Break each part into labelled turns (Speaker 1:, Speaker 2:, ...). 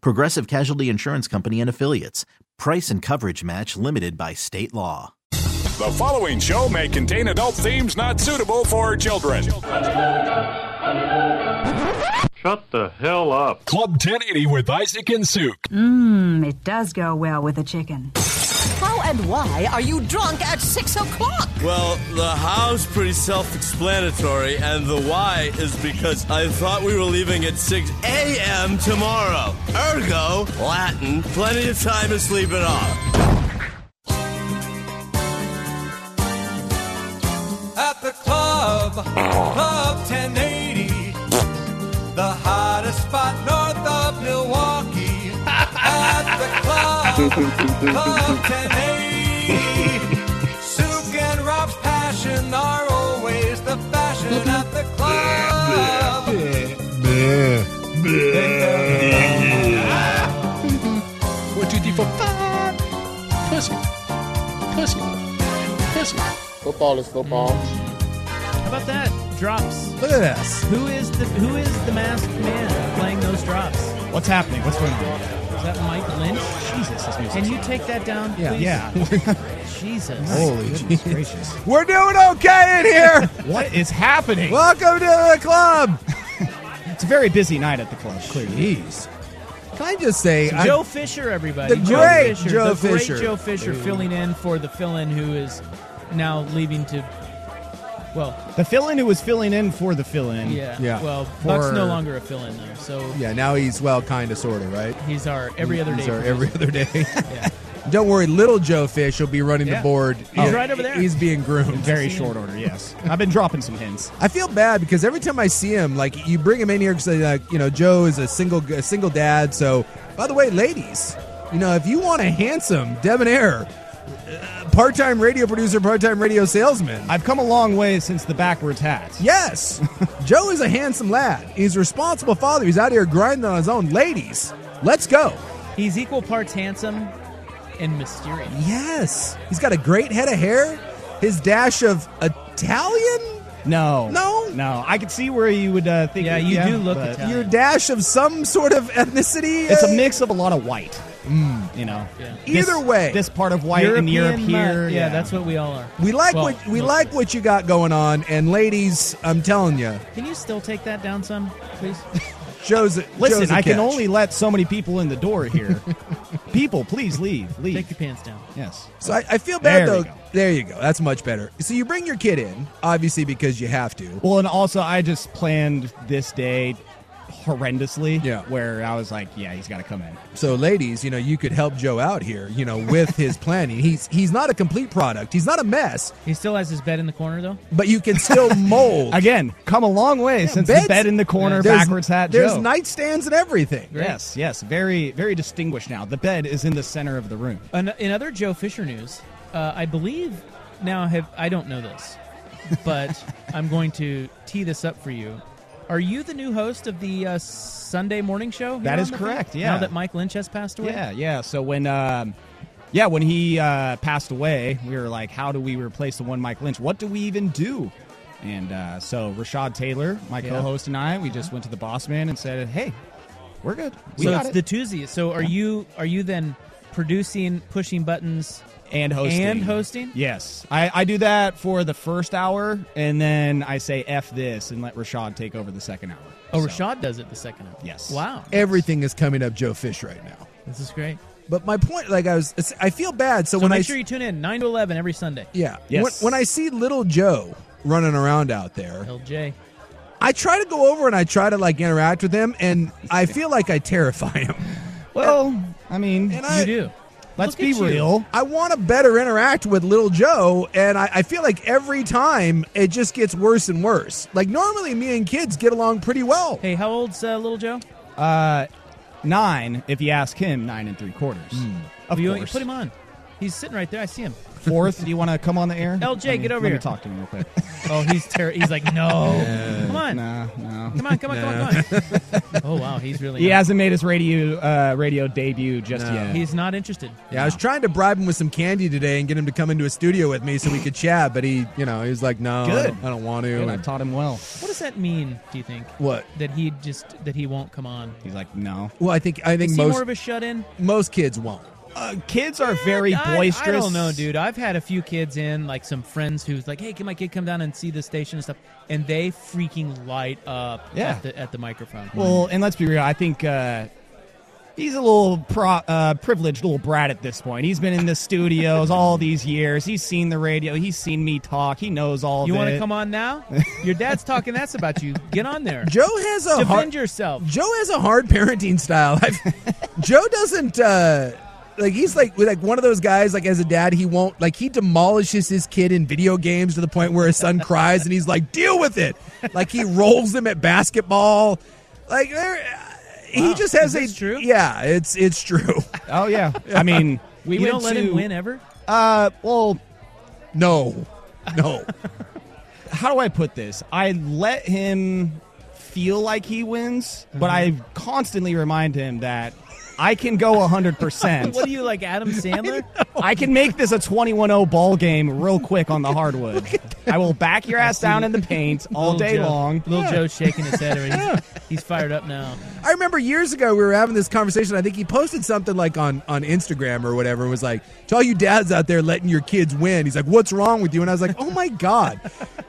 Speaker 1: Progressive Casualty Insurance Company and Affiliates. Price and coverage match limited by state law.
Speaker 2: The following show may contain adult themes not suitable for children.
Speaker 3: Shut the hell up.
Speaker 2: Club 1080 with Isaac and Suk.
Speaker 4: Mmm, it does go well with a chicken.
Speaker 5: How and why are you drunk at six o'clock?
Speaker 6: Well, the how's pretty self explanatory, and the why is because I thought we were leaving at 6 a.m. tomorrow. Ergo, Latin, plenty of time to sleep it off.
Speaker 7: at the club, Club 1080, the hottest spot north of Milwaukee. At the club, Club 1080, Suk and Rob's passion are always the fashion at the club.
Speaker 8: One, two, three, four, five. Pussy. Pussy. Pussy.
Speaker 9: Football is football.
Speaker 10: How about that? Drops.
Speaker 11: Look at this.
Speaker 10: Who is the Who is the masked man playing those drops?
Speaker 11: What's happening? What's going on?
Speaker 10: Is that Mike Lynch? Jesus, this music. Can you take that down,
Speaker 11: Yeah.
Speaker 10: please?
Speaker 11: Yeah.
Speaker 10: Jesus.
Speaker 11: Holy
Speaker 10: Goodness
Speaker 11: jeez.
Speaker 10: gracious.
Speaker 11: We're doing okay in here. what is happening? Welcome to the club.
Speaker 9: It's a very busy night at the club, clearly.
Speaker 11: Jeez. Can I just say, I-
Speaker 10: Joe Fisher, everybody.
Speaker 11: The great
Speaker 10: Fisher,
Speaker 11: Joe
Speaker 10: the great
Speaker 11: Fisher.
Speaker 10: Joe Fisher
Speaker 11: Hey.
Speaker 10: filling in for the fill-in who is now leaving to. Well,
Speaker 9: The fill-in who was filling in for the fill-in.
Speaker 10: yeah.
Speaker 11: Yeah.
Speaker 10: Well, Buck's
Speaker 11: For-
Speaker 10: no longer a fill-in though, so
Speaker 11: yeah, now he's well, kind of, sort of, right?
Speaker 10: he's our every other
Speaker 11: He's
Speaker 10: day.
Speaker 11: our
Speaker 10: producer.
Speaker 11: every other day.
Speaker 10: Yeah.
Speaker 11: Don't worry, little Joe Fish will be running
Speaker 10: Yeah.
Speaker 11: the board.
Speaker 10: He's right over there.
Speaker 11: He's being groomed.
Speaker 9: In very
Speaker 10: See
Speaker 9: short order, yes. I've been dropping some hints.
Speaker 11: I feel bad because every time I see him, like you bring him in here because like you know Joe is a single a single dad. So by the way, ladies, you know if you want a handsome debonair uh, part time radio producer, part time radio salesman,
Speaker 9: I've come a long way since the backwards hat.
Speaker 11: yes, Joe is a handsome lad. He's a responsible father. He's out here grinding on his own. Ladies, let's go.
Speaker 10: He's equal parts handsome and mysterious.
Speaker 11: Yes, he's got a great head of hair. His dash of Italian.
Speaker 9: No.
Speaker 11: No?
Speaker 9: No. I could see where you would uh, think.
Speaker 10: Yeah, you do look
Speaker 9: but
Speaker 10: Italian.
Speaker 11: Your dash of some sort of ethnicity.
Speaker 9: It's a
Speaker 11: uh,
Speaker 7: eh?
Speaker 9: mix of a lot of white.
Speaker 7: Mm.
Speaker 9: You know.
Speaker 10: Yeah.
Speaker 9: This-
Speaker 11: Either way.
Speaker 9: This part of white and Europe
Speaker 10: mu-
Speaker 9: here.
Speaker 10: uh, yeah, that's what we all are.
Speaker 11: We like
Speaker 10: Well,
Speaker 11: what
Speaker 10: mostly.
Speaker 11: we like what you got going on, and ladies, I'm telling you,
Speaker 10: Can you still take that down some, please?
Speaker 11: Joe's. A, Joe's
Speaker 9: Listen,
Speaker 11: a
Speaker 9: I can
Speaker 11: catch.
Speaker 9: only let so many people in the door here. people, please leave. Leave.
Speaker 10: Take your pants down.
Speaker 9: yes.
Speaker 11: So I, I feel bad
Speaker 9: There we
Speaker 11: though.
Speaker 9: go.
Speaker 11: There you go. That's much better. So you bring your kid in, obviously because you have to.
Speaker 9: Well, and also I just planned this day horrendously.
Speaker 11: Yeah.
Speaker 9: Where I was like, yeah, he's got to come in.
Speaker 11: So ladies, you know you could help Joe out here, you know, with his planning. He's he's not a complete product. He's not a mess,
Speaker 10: He still has his bed in the corner though.
Speaker 11: but you can still mold.
Speaker 9: Again, come a long way since the
Speaker 11: beds-
Speaker 9: bed in the corner,
Speaker 11: There's-
Speaker 9: backwards hat.
Speaker 11: There's
Speaker 9: Joe.
Speaker 11: nightstands and everything.
Speaker 9: Yes, yes, very, very distinguished now. The bed is in the center of the room.
Speaker 10: An- in other Joe Fisher news, uh, I believe now have I don't know this, but I'm going to tee this up for you. Are you the new host of the uh, Sunday morning show? here
Speaker 9: That is
Speaker 10: on the thing?
Speaker 9: correct, yeah.
Speaker 10: Now that Mike Lynch has passed away.
Speaker 9: Yeah, yeah. So when, um, yeah, when he uh, passed away, we were like, how do we replace the one Mike Lynch? What do we even do? And uh, so Rashad Taylor, my
Speaker 10: Yeah.
Speaker 9: co-host, and I, we just went to the boss man and said, hey, we're good. We
Speaker 10: So
Speaker 9: got
Speaker 10: it's
Speaker 9: it.
Speaker 10: the Tuesday. So are you are you then producing, pushing buttons?
Speaker 9: and hosting
Speaker 10: And hosting?
Speaker 9: Yes, I, I do that for the first hour, and then I say f this and let Rashad take over the second hour.
Speaker 10: Oh,
Speaker 9: So-
Speaker 10: Rashad does it the second hour.
Speaker 9: Yes.
Speaker 10: Wow.
Speaker 11: Everything is coming up Joe Fish right now.
Speaker 10: This is great.
Speaker 7: But my point, like I was, it's- I feel bad. So,
Speaker 10: So
Speaker 7: when
Speaker 10: make
Speaker 7: I
Speaker 10: sure you tune in nine to eleven every Sunday.
Speaker 7: yeah,
Speaker 10: Yes.
Speaker 7: when, when I see little Joe running around out there,
Speaker 10: LJ.
Speaker 7: I try to go over and I try to like interact with him, and I feel like I terrify him.
Speaker 11: Well, I mean,
Speaker 7: and I,
Speaker 10: you do.
Speaker 11: Let's
Speaker 10: Look
Speaker 11: be
Speaker 10: at you.
Speaker 11: real.
Speaker 7: I want to better interact with little Joe, and I, I feel like every time it just gets worse and worse. Like normally, me and kids get along pretty well.
Speaker 10: Hey, how old's uh, little Joe?
Speaker 11: Uh, nine, if you ask him, nine and three quarters.
Speaker 7: Hmm.
Speaker 11: Of
Speaker 10: you, you
Speaker 11: course.
Speaker 10: put him on. He's sitting right there. I see him.
Speaker 11: Fourth, do you want to come on the air?
Speaker 10: LJ,
Speaker 11: I mean,
Speaker 10: get over
Speaker 11: let
Speaker 10: here.
Speaker 11: me talk to him real quick.
Speaker 10: Oh, he's ter- he's like no. come on,
Speaker 11: Nah, no.
Speaker 10: come on, come on, come on, come on. oh wow, he's really.
Speaker 11: He
Speaker 10: not-
Speaker 11: hasn't made his radio uh, radio debut just yet.
Speaker 10: He's not interested.
Speaker 7: Yeah, I was trying to bribe him with some candy today and get him to come into a studio with me so we could chat, but he, you know, he was like, "No, I
Speaker 11: Good.
Speaker 7: don't, I don't want to."
Speaker 11: Good, I
Speaker 7: And-
Speaker 11: taught him well.
Speaker 10: What does that mean? Do you think
Speaker 7: what?
Speaker 10: that he just that he won't come on?
Speaker 11: He's like, no.
Speaker 7: Well, I think I think
Speaker 10: Is he
Speaker 7: most
Speaker 10: more of a shut-in?
Speaker 7: most kids won't.
Speaker 11: Uh, kids are very
Speaker 10: I-
Speaker 11: boisterous.
Speaker 10: I don't know, dude. I've had a few kids in, like some friends who's like, "Hey, can my kid come down and see the station and stuff?" And they freaking light up
Speaker 11: Yeah.
Speaker 10: at, the, at the microphone.
Speaker 7: Mm.
Speaker 11: Well, and let's be real. I think uh, he's a little pro- uh, privileged little brat at this point. He's been in the studios all these years. He's seen the radio. He's seen me talk. He knows all.
Speaker 10: you
Speaker 11: want to
Speaker 10: come on now? Your dad's talking that's about you. Get on there.
Speaker 7: Joe has a
Speaker 10: Defend
Speaker 7: hard,
Speaker 10: yourself.
Speaker 7: Joe has a hard parenting style. I've, Joe doesn't uh, like he's like like one of those guys like as a dad he won't like he demolishes his kid in video games to the point where his son cries and he's like deal with it. Like he rolls them at basketball. Like there, he just has
Speaker 10: Is this
Speaker 7: a
Speaker 10: true?
Speaker 7: yeah. It's it's true.
Speaker 11: Oh yeah. I mean,
Speaker 10: We,
Speaker 11: you
Speaker 10: don't let
Speaker 11: to-
Speaker 10: him win ever.
Speaker 11: Uh, well,
Speaker 7: No, no.
Speaker 11: how do I put this? I let him feel like he wins, but I
Speaker 10: Mm-hmm.
Speaker 11: constantly remind him that I can go 100%.
Speaker 10: What are you like, Adam Sandler?
Speaker 11: I can make this a 21-0 ball game real quick on the hardwood. I will back your ass down in the paint all
Speaker 10: Little
Speaker 11: day
Speaker 10: Joe-
Speaker 11: long.
Speaker 10: Little Joe's shaking his head. Already. He's, he's fired up now.
Speaker 7: I remember years ago we were having this conversation. I think he posted something like on, on Instagram or whatever and was like, To all you dads out there letting your kids win. He's like, What's wrong with you? And I was like, Oh my God.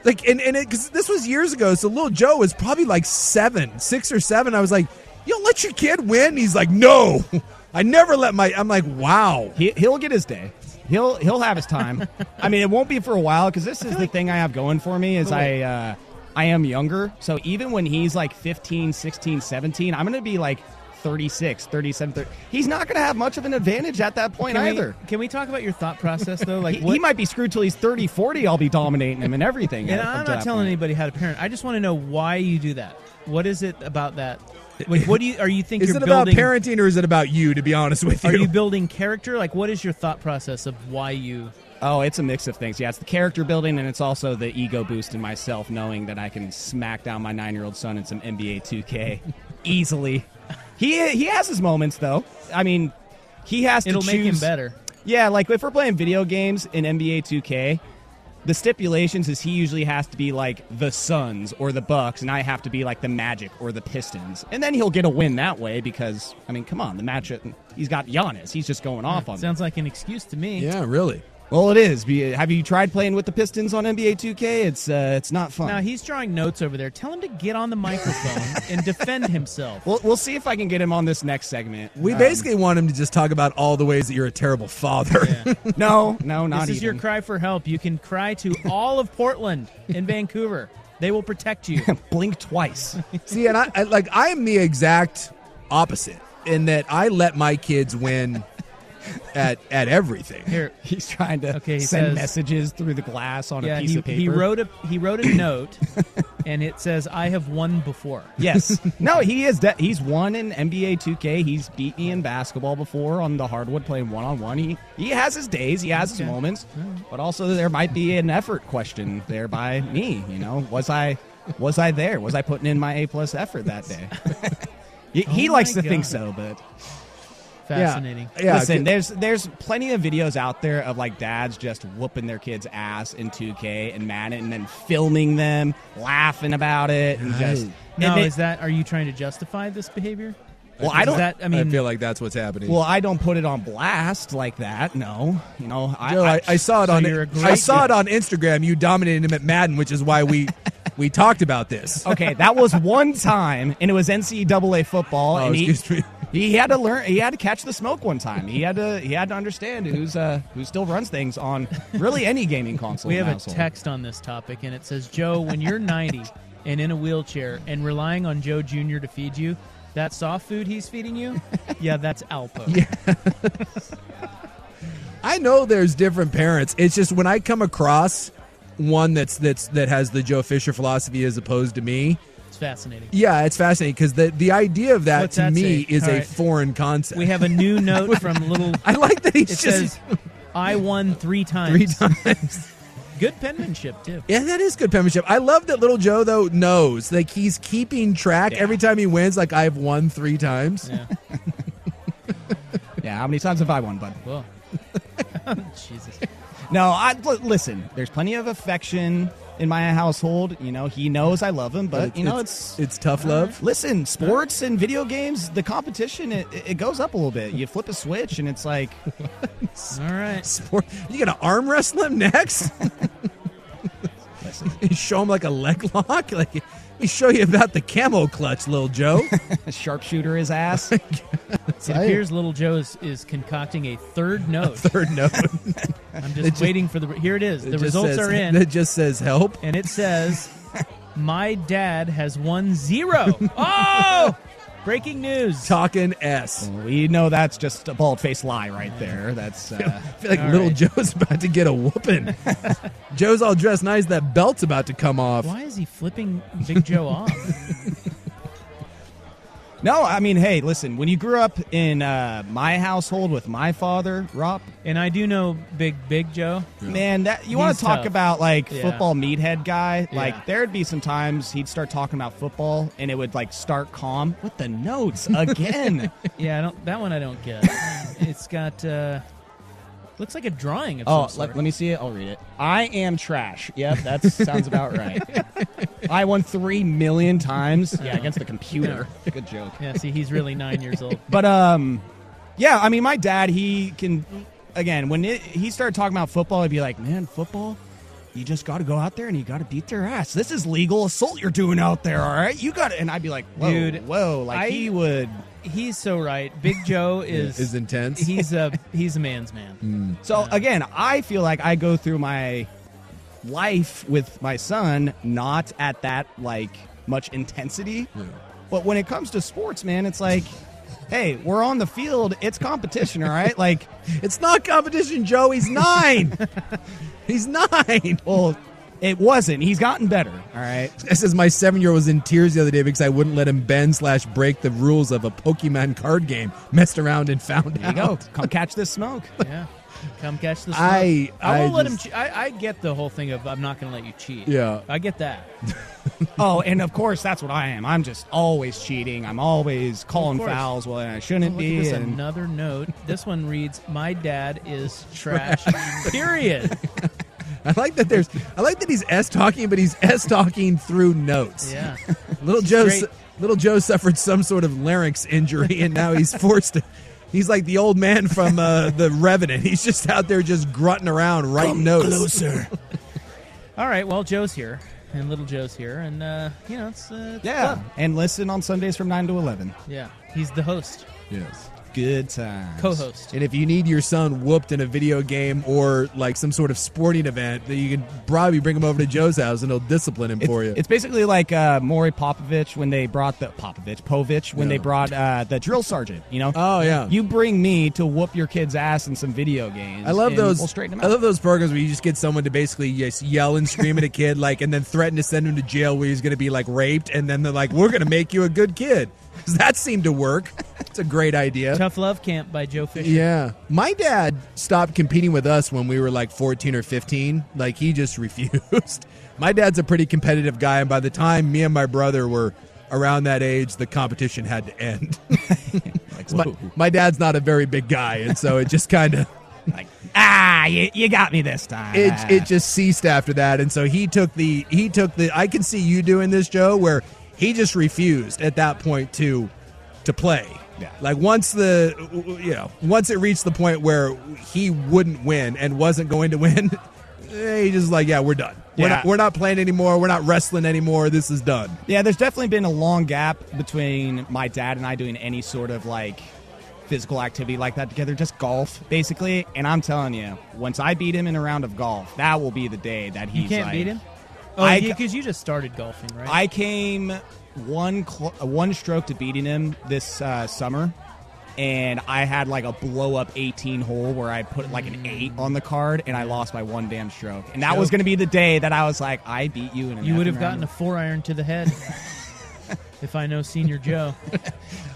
Speaker 7: like, and, and it, cause this was years ago. So little Joe was probably like seven, six or seven. I was like, You don't let your kid win? He's like, No, I never let my. I'm like, Wow.
Speaker 11: He, he'll get his day. He'll he'll have his time. I mean, it won't be for a while because this is the thing I have going for me is I uh, I am younger. So even when he's like 15, 16, 17, I'm going to be like 36, 37, 30. He's not going to have much of an advantage at that point
Speaker 10: Can we-
Speaker 11: either.
Speaker 10: can we talk about your thought process though?
Speaker 11: He-
Speaker 10: Like,
Speaker 11: he,
Speaker 10: what,
Speaker 11: might be screwed till he's 30, 40. I'll be dominating him and everything.
Speaker 10: And
Speaker 11: up
Speaker 10: I'm
Speaker 11: to
Speaker 10: not
Speaker 11: that
Speaker 10: telling
Speaker 11: point.
Speaker 10: anybody how to parent. I just want to know why you do that. What is it about that? Like, what do you are you think
Speaker 7: Is
Speaker 10: you're
Speaker 7: it about
Speaker 10: building?
Speaker 7: parenting or is it about you, to be honest with
Speaker 10: are you building character? Like, what is your thought process of why you?
Speaker 11: Oh, it's a mix of things. Yeah, it's the character building, and it's also the ego boost in myself, knowing that I can smack down my nine-year-old son in some NBA 2K easily. He he has his moments, though. I mean, he has to.
Speaker 10: It'll make him
Speaker 11: choose-
Speaker 10: better.
Speaker 11: Yeah, like if we're playing video games in NBA 2K, the stipulations is he usually has to be like the Suns or the Bucks, and I have to be like the Magic or the Pistons, and then he'll get a win that way because I mean, come on, the matchup. He's got Giannis. He's just going off on. me.
Speaker 10: Sounds like an excuse to me.
Speaker 7: yeah, really.
Speaker 11: Well, it is. Be- Have you tried playing with the Pistons on NBA 2K? It's uh, it's not fun.
Speaker 10: Now he's drawing notes over there. Tell him to get on the microphone and defend himself.
Speaker 11: we'll, we'll see if I can get him on this next segment.
Speaker 7: We
Speaker 11: Um,
Speaker 7: basically want him to just talk about all the ways that you're a terrible father.
Speaker 11: no, no, not
Speaker 10: this is your
Speaker 11: even.
Speaker 10: cry for help. You can cry to all of Portland and Vancouver. They will protect you.
Speaker 11: Blink twice.
Speaker 7: See, and I, I like I am the exact opposite in that I let my kids win at at everything.
Speaker 10: Here,
Speaker 11: he's trying to
Speaker 10: Okay, he
Speaker 11: send
Speaker 10: says-
Speaker 11: messages through the glass on a piece
Speaker 10: he,
Speaker 11: of paper.
Speaker 10: he wrote a he wrote a note, and it says, "I have won before."
Speaker 11: Yes. no, he is. De- he's won in NBA 2K. He's beat me in basketball before on the hardwood playing one on one. He he has his days. He has his
Speaker 10: Okay.
Speaker 11: moments. But also, there might be an effort question there by me. You know, was I was I there? Was I putting in my A plus effort that day? he he
Speaker 10: Oh
Speaker 11: likes
Speaker 10: my
Speaker 11: to think
Speaker 10: God.
Speaker 11: so, but
Speaker 10: Fascinating.
Speaker 7: Yeah,
Speaker 11: Listen,
Speaker 7: good-
Speaker 11: there's there's plenty of videos out there of like dads just whooping their kids' ass in 2K and Madden, and then filming them, laughing about it, and just.
Speaker 10: Now,
Speaker 11: and it-
Speaker 10: is that are you trying to justify this behavior?
Speaker 11: well, I
Speaker 10: Is
Speaker 11: don't.
Speaker 10: That, I mean,
Speaker 7: I feel like that's what's happening.
Speaker 11: Well, I don't put it on blast like that. No, you know, I,
Speaker 7: Joe, I, I saw it
Speaker 10: So
Speaker 7: on
Speaker 10: you're a great
Speaker 7: I saw it
Speaker 10: dad.
Speaker 7: on Instagram. You dominated him at Madden, which is why we we talked about this.
Speaker 11: okay, that was one time, and it was NCAA football,
Speaker 7: Oh,
Speaker 11: and he
Speaker 7: excuse me.
Speaker 11: He had to learn. He had to catch the smoke one time. He had to. He had to understand who's uh, who still runs things on really any gaming console.
Speaker 10: We have
Speaker 11: and
Speaker 10: a
Speaker 11: household.
Speaker 10: text on this topic, and it says, Joe, when you're 90 and in a wheelchair and relying on Joe Jr. to feed you, that soft food he's feeding you, yeah, that's Alpo.
Speaker 12: I know there's different parents. It's just when I come across one that's that's that has the Joe Fisher philosophy as opposed to me.
Speaker 10: It's fascinating.
Speaker 12: Yeah, it's fascinating because the the idea of that
Speaker 10: What's
Speaker 12: to
Speaker 10: that
Speaker 12: me
Speaker 10: say?
Speaker 12: is
Speaker 10: All
Speaker 12: a
Speaker 10: right.
Speaker 12: foreign concept.
Speaker 10: We have a new note from little.
Speaker 12: I like that he's
Speaker 10: it
Speaker 12: just-
Speaker 10: says, I won three times.
Speaker 12: three times.
Speaker 10: Good penmanship too.
Speaker 12: Yeah, that is good penmanship. I love that little Joe though knows like he's keeping track every time he wins. Like I've won three times.
Speaker 11: Yeah, how many times have I won, bud?
Speaker 10: Whoa. Jesus.
Speaker 11: No, I l- listen. There's plenty of affection in my household. You know, he knows I love him, but
Speaker 12: It's-
Speaker 11: you know,
Speaker 12: it's-
Speaker 11: it's
Speaker 12: it's tough love.
Speaker 11: Listen, sports and video games, the competition it, it goes up a little bit. You flip a switch, and it's like,
Speaker 10: all right,
Speaker 12: Sport. You gonna arm wrestle him next? You show him like a leg lock. Like let me show you about the camo clutch, little Joe.
Speaker 11: sharpshooter his ass.
Speaker 10: It appears little Joe is, is concocting a third note.
Speaker 12: Third note.
Speaker 10: I'm
Speaker 12: It
Speaker 10: just
Speaker 12: just-
Speaker 10: waiting for the. Here it is.
Speaker 12: It
Speaker 10: The
Speaker 12: just
Speaker 10: results
Speaker 12: says-
Speaker 10: are in.
Speaker 12: It just says help.
Speaker 10: and it says, "My dad has won zero. Oh, breaking news!
Speaker 12: Talking S.
Speaker 11: we know that's just a bald faced lie right there. That's uh,
Speaker 12: I feel like
Speaker 10: All
Speaker 12: little
Speaker 10: right.
Speaker 12: Joe's about to get a whooping. Joe's all dressed nice. That belt's about to come off.
Speaker 10: Why is he flipping Big Joe off?
Speaker 11: no. I mean, hey, listen. When you grew up in uh, my household with my father, Rob,
Speaker 10: And I do know Big Big Joe.
Speaker 11: Man, that you want
Speaker 10: He's
Speaker 11: to talk
Speaker 10: tough.
Speaker 11: about like
Speaker 10: Yeah.
Speaker 11: football meathead guy?
Speaker 10: Yeah.
Speaker 11: Like there'd be some times he'd start talking about football and it would like start calm with the notes again.
Speaker 10: Yeah, I don't. That one I don't get. it's got. Uh, looks like a drawing of
Speaker 11: oh,
Speaker 10: some sort.
Speaker 11: let, let me see it. I'll read it. I am trash. Yep, that sounds about right. I won three million times. Yeah, against the computer. Good joke.
Speaker 10: Yeah, see, he's really nine years old.
Speaker 11: But um, yeah, I mean, my dad, he can. Again, when it, he started talking about football, I'd be like, "Man, football, you just got to go out there and you got to beat their ass. This is legal assault you're doing out there, all right? You got to." And I'd be like, "Whoa,
Speaker 10: Dude,
Speaker 11: whoa!" Like
Speaker 10: I-
Speaker 11: he would.
Speaker 10: He's so right. Big Joe is
Speaker 12: is intense.
Speaker 10: He's a he's a man's man.
Speaker 11: So again, I feel like I go through my life with my son not at that like much intensity. But when it comes to sports, man, it's like, hey, we're on the field. It's competition, all right? Like.
Speaker 12: It's not competition, Joe. He's nine. He's nine.
Speaker 11: Well, it wasn't. He's gotten better. All right.
Speaker 12: It says my seven year old was in tears the other day because I wouldn't let him bend slash break the rules of a Pokemon card game. Messed around and found
Speaker 11: There you
Speaker 12: out.
Speaker 11: go. Come catch this smoke.
Speaker 10: Yeah, come catch the. Smoke.
Speaker 12: I-
Speaker 10: I won't
Speaker 12: I
Speaker 10: let
Speaker 12: just-
Speaker 10: him. Che- I I get the whole thing of I'm not going to let you cheat.
Speaker 12: Yeah.
Speaker 10: I get that.
Speaker 11: Oh, and of course, that's what I am. I'm just always cheating. I'm always calling
Speaker 10: Of course.
Speaker 11: fouls when I
Speaker 10: Oh,
Speaker 11: shouldn't
Speaker 10: look at
Speaker 11: be.
Speaker 10: this
Speaker 11: and-
Speaker 10: another note. This one reads, "My dad is trash." period.
Speaker 12: I like that. There's. I like that he's s talking, but he's s talking through notes.
Speaker 10: Yeah.
Speaker 12: Little Joe,
Speaker 10: great.
Speaker 12: little Joe suffered some sort of larynx injury, and now he's forced to. He's like the old man from uh, the Revenant. He's just out there just grunting around, writing notes. Closer.
Speaker 10: All right. Well, Joe's here, and little Joe's here, and uh, you know it's, uh, it's
Speaker 11: yeah.
Speaker 10: fun.
Speaker 11: And listen on Sundays from 9 to 11.
Speaker 10: yeah. He's the host,
Speaker 12: Yes.
Speaker 11: Good times.
Speaker 10: co-host.
Speaker 12: And if you need your son whooped in a video game or like some sort of sporting event, then you can probably bring him over to Joe's house and he'll discipline him
Speaker 11: It's,
Speaker 12: for you.
Speaker 11: it's basically like uh, Maury Popovich when they brought the Popovich, Povich, when they brought uh, the drill sergeant, you know?
Speaker 12: Oh, yeah.
Speaker 11: You bring me to whoop your kid's ass in some video games.
Speaker 12: I love
Speaker 11: and
Speaker 12: those.
Speaker 11: We'll straighten him
Speaker 12: I
Speaker 11: out.
Speaker 12: love those programs where you just get someone to basically just yell and scream at a kid, like, and then threaten to send him to jail where he's going to be like raped, and then they're like, "We're going to make you a good kid." 'Cause that seemed to work. It's a great idea.
Speaker 10: Tough Love Camp by Joe Fisher.
Speaker 12: Yeah, my dad stopped competing with us when we were like fourteen or fifteen. Like he just refused. my dad's a pretty competitive guy, and by the time me and my brother were around that age, the competition had to end. 'Cause my, my dad's not a very big guy, and so it just kind of.
Speaker 11: Like, ah, you, you got me this time.
Speaker 12: it,
Speaker 11: Ah.
Speaker 12: it just ceased after that and so he took the he took the i can see you doing this joe where he just refused at that point to to play
Speaker 11: Yeah.
Speaker 12: like once the you know once it reached the point where he wouldn't win and wasn't going to win
Speaker 7: eh, he just like, yeah, we're done. We're,
Speaker 11: Yeah.
Speaker 7: not, we're not playing anymore. We're not wrestling anymore. This is done.
Speaker 11: Yeah, there's definitely been a long gap between my dad and I doing any sort of like physical activity like that together, just golf basically. And I'm telling you, once I beat him in a round of golf, that will be the day that he's
Speaker 10: You can't
Speaker 11: like-
Speaker 10: beat him.
Speaker 11: I
Speaker 10: Oh,
Speaker 11: ca-
Speaker 10: because you just started golfing, right?
Speaker 11: I came one cl- one stroke to beating him this uh, summer, and I had like a blow up eighteen hole where I put like an eight
Speaker 10: Mm.
Speaker 11: on the card, and I lost by one damn stroke. And that was
Speaker 10: Nope.
Speaker 11: going to be the day that I was like, I beat you. In an
Speaker 10: you would have
Speaker 11: effing
Speaker 10: gotten
Speaker 11: round.
Speaker 10: a four iron to the head. if I know Senior Joe,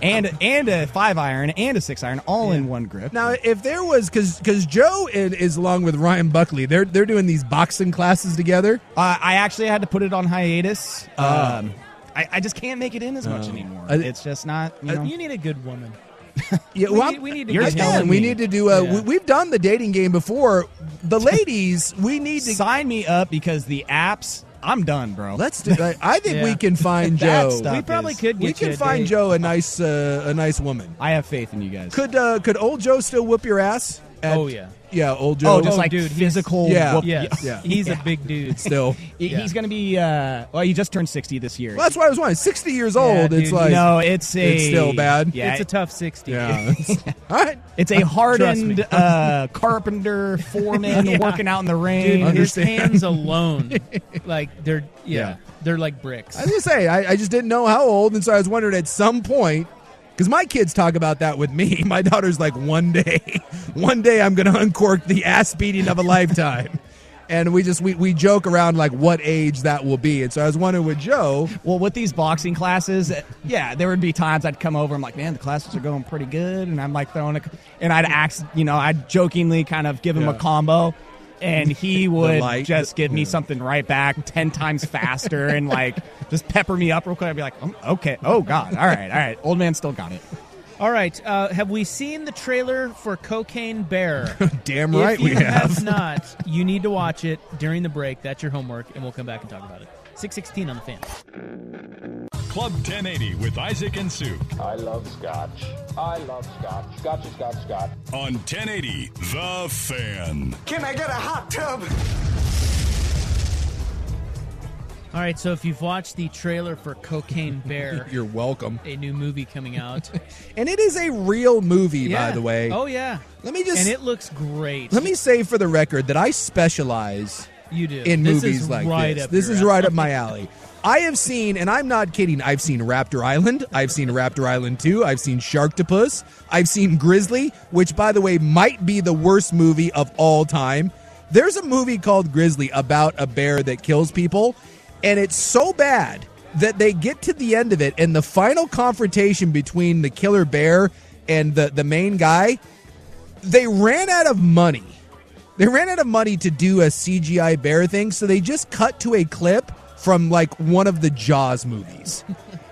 Speaker 11: and and a five iron and a six iron all in one grip.
Speaker 7: Now, if there was, because because Joe and, is along with Ryan Buckley, they're they're doing these boxing classes together.
Speaker 11: Uh, I actually had to put it on hiatus.
Speaker 7: Oh.
Speaker 11: Um, I, I just can't make it in as much anymore.
Speaker 7: Uh. I-
Speaker 11: it's just not. You know,
Speaker 10: Uh, you need a good woman.
Speaker 7: Yeah,
Speaker 10: we,
Speaker 7: well,
Speaker 10: need, we need a
Speaker 11: You're
Speaker 10: good
Speaker 11: telling
Speaker 7: Again,
Speaker 10: woman.
Speaker 7: we
Speaker 11: me.
Speaker 7: need to do. A,
Speaker 10: Yeah.
Speaker 7: we, we've done the dating game before. The ladies, we need to.
Speaker 11: sign me up because the apps. I'm done, bro.
Speaker 7: Let's do. I, I think
Speaker 10: Yeah.
Speaker 7: we can find
Speaker 11: That
Speaker 7: Joe.
Speaker 11: stuff.
Speaker 10: We probably
Speaker 11: is-
Speaker 10: could get
Speaker 7: we can
Speaker 10: you a
Speaker 7: find
Speaker 10: date.
Speaker 7: Joe a nice uh, a nice woman.
Speaker 11: I have faith in you guys.
Speaker 7: Could uh, could old Joe still whoop your ass? At-
Speaker 10: Oh, yeah.
Speaker 7: yeah, old Joe.
Speaker 11: oh, just like
Speaker 10: dude, he's-
Speaker 11: physical.
Speaker 7: Yeah.
Speaker 11: whoop-
Speaker 10: Yes,
Speaker 7: Yeah.
Speaker 10: he's a big dude.
Speaker 7: still.
Speaker 11: He-
Speaker 10: Yeah.
Speaker 11: He's gonna be. Uh, well, he just turned sixty this year.
Speaker 7: Well, that's why I was wondering. Sixty years old.
Speaker 10: Yeah,
Speaker 7: it's
Speaker 10: dude,
Speaker 7: like
Speaker 11: no, it's a.
Speaker 7: It's still bad.
Speaker 11: Yeah,
Speaker 10: it's a tough sixty.
Speaker 7: yeah. All right.
Speaker 11: it's a hardened
Speaker 10: me.
Speaker 11: uh, carpenter foreman
Speaker 10: Yeah.
Speaker 11: working out in the rain.
Speaker 10: Dude, his
Speaker 7: Understand.
Speaker 10: hands alone, like they're yeah,
Speaker 7: Yeah.
Speaker 10: they're like bricks.
Speaker 7: I was gonna say I, I just didn't know how old, and so I was wondering at some point because my kids talk about that with me. My daughter's like, one day, one day I'm gonna uncork the ass beating of a lifetime. And we just we, we joke around like what age that will be, and so I was wondering with Joe.
Speaker 11: Well, with these boxing classes, uh, yeah, there would be times I'd come over. I'm like, man, the classes are going pretty good, and I'm like throwing a, and I'd ax, you know, I'd jokingly kind of give him a
Speaker 7: Yeah.
Speaker 11: combo, and he would
Speaker 7: light-
Speaker 11: just give me something right back ten times faster, and like just pepper me up real quick. I'd be like, "Um, okay, oh god, all right, all right, old man still got it.
Speaker 10: All right, uh, have we seen the trailer for Cocaine Bear?
Speaker 7: Damn right
Speaker 10: if you
Speaker 7: we have.
Speaker 10: not, you need to watch it during the break. That's your homework, and we'll come back and talk about it. Six sixteen on the fan.
Speaker 2: Club 1080 with Isaac and Sue
Speaker 13: I love scotch. I love scotch. Scotch, scotch, scotch.
Speaker 2: on 1080 The Fan.
Speaker 13: Can I get a hot tub?
Speaker 10: All right, so if you've watched the trailer for Cocaine Bear,
Speaker 7: You're welcome.
Speaker 10: a new movie coming out.
Speaker 7: And it is a real movie,
Speaker 10: Yeah.
Speaker 7: by the way.
Speaker 10: Oh yeah.
Speaker 7: Let me just-
Speaker 10: and it looks great.
Speaker 7: Let me say for the record that I specialize
Speaker 10: You do
Speaker 7: in
Speaker 10: This
Speaker 7: movies
Speaker 10: is
Speaker 7: like
Speaker 10: right
Speaker 7: this.
Speaker 10: Up
Speaker 7: This
Speaker 10: your
Speaker 7: is
Speaker 10: alley.
Speaker 7: right up my alley. I have seen, and I'm not kidding, I've seen Raptor Island. I've seen Raptor Island 2. I've seen Sharktopus. I've seen Grizzly, which, by the way, might be the worst movie of all time. There's a movie called Grizzly about a bear that kills people, and it's so bad that they get to the end of it, and the final confrontation between the killer bear and the, the main guy, they ran out of money. They ran out of money to do a CGI bear thing, so they just cut to a clip from like one of the Jaws movies.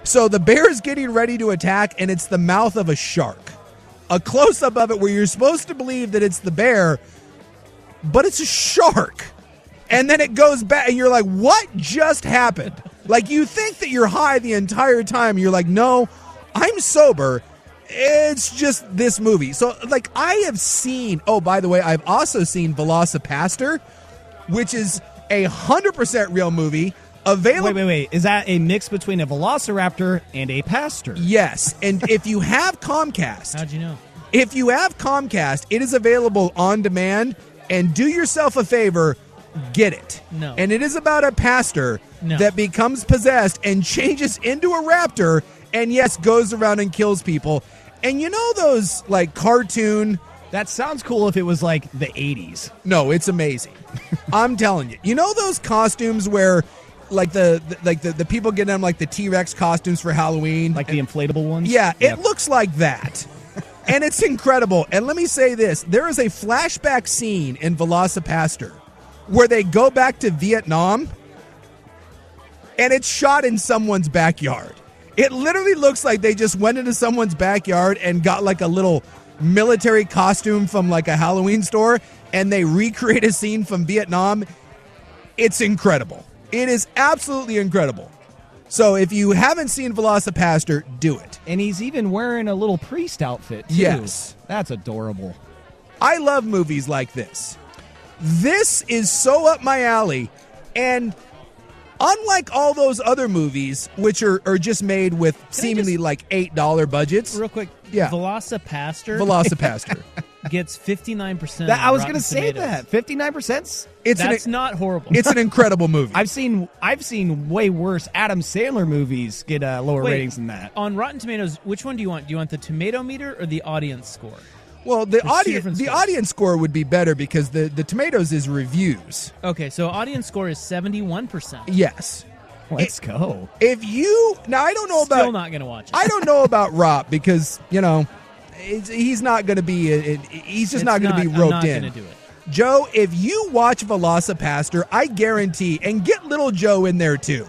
Speaker 7: so the bear is getting ready to attack, and it's the mouth of a shark. A close up of it where you're supposed to believe that it's the bear, but it's a shark. And then it goes back, and you're like, what just happened? like, you think that you're high the entire time. You're like, no, I'm sober. It's just this movie. So, like, I have seen, oh, by the way, I've also seen Velocipaster, which is a 100% real movie available.
Speaker 11: Wait, wait, wait, is that a mix between a Velociraptor and a pastor?
Speaker 7: Yes. And if you have Comcast,
Speaker 10: How'd you know?
Speaker 7: If you have Comcast, it is available on demand. And do yourself a favor, get it.
Speaker 10: No.
Speaker 7: And it is about a pastor
Speaker 10: No.
Speaker 7: that becomes possessed and changes into a raptor and, yes, goes around and kills people. And you know those, like, cartoon.
Speaker 11: That sounds cool if it was like the '80s.
Speaker 7: No, it's amazing. I'm telling you. You know those costumes where. Like the, the like the, the people get them like the T Rex costumes for Halloween,
Speaker 11: Like the inflatable ones?
Speaker 7: yeah,
Speaker 11: Yep.
Speaker 7: it looks like that. and it's incredible. And let me say this there is a flashback scene in Velocipaster where they go back to Vietnam and it's shot in someone's backyard. It literally looks like they just went into someone's backyard and got like a little military costume from like a Halloween store and they recreate a scene from Vietnam. It's incredible. It is absolutely incredible. So if you haven't seen Velocipaster, do it.
Speaker 11: And he's even wearing a little priest outfit, too.
Speaker 7: Yes.
Speaker 11: That's adorable.
Speaker 7: I love movies like this.
Speaker 2: This is so up my alley. And unlike all those other movies, which are, are just made with seemingly like $8 budgets.
Speaker 9: Real quick,
Speaker 2: Yeah.
Speaker 9: Velocipaster.
Speaker 2: Velocipaster.
Speaker 9: gets fifty nine percent.
Speaker 11: That- I was going to say that fifty nine percent.
Speaker 2: It's
Speaker 9: That's not horrible.
Speaker 2: It's an incredible movie.
Speaker 11: I've seen I've seen way worse Adam Sandler movies get uh, lower
Speaker 9: Wait, Oh,
Speaker 11: ratings than that.
Speaker 9: On Rotten Tomatoes, which one do you want? Do you want the tomato meter or the audience score?
Speaker 2: Well, the
Speaker 9: two
Speaker 2: audience
Speaker 9: different
Speaker 2: the
Speaker 9: scores.
Speaker 2: audience score would be better because the the tomatoes is reviews.
Speaker 9: Okay, so audience score is seventy one percent.
Speaker 2: Yes.
Speaker 11: Let's go.
Speaker 2: If you now, I don't know about
Speaker 9: Still not gonna watch it.
Speaker 2: I don't know about Rob because you know it's, he's not going to be. uh, it- it- he's just
Speaker 9: It's
Speaker 2: not going to be
Speaker 9: not- I'm
Speaker 2: roped
Speaker 9: not
Speaker 2: in.
Speaker 9: gonna do it.
Speaker 2: Joe, if you watch Velocipaster, I guarantee, and get little Joe in there too.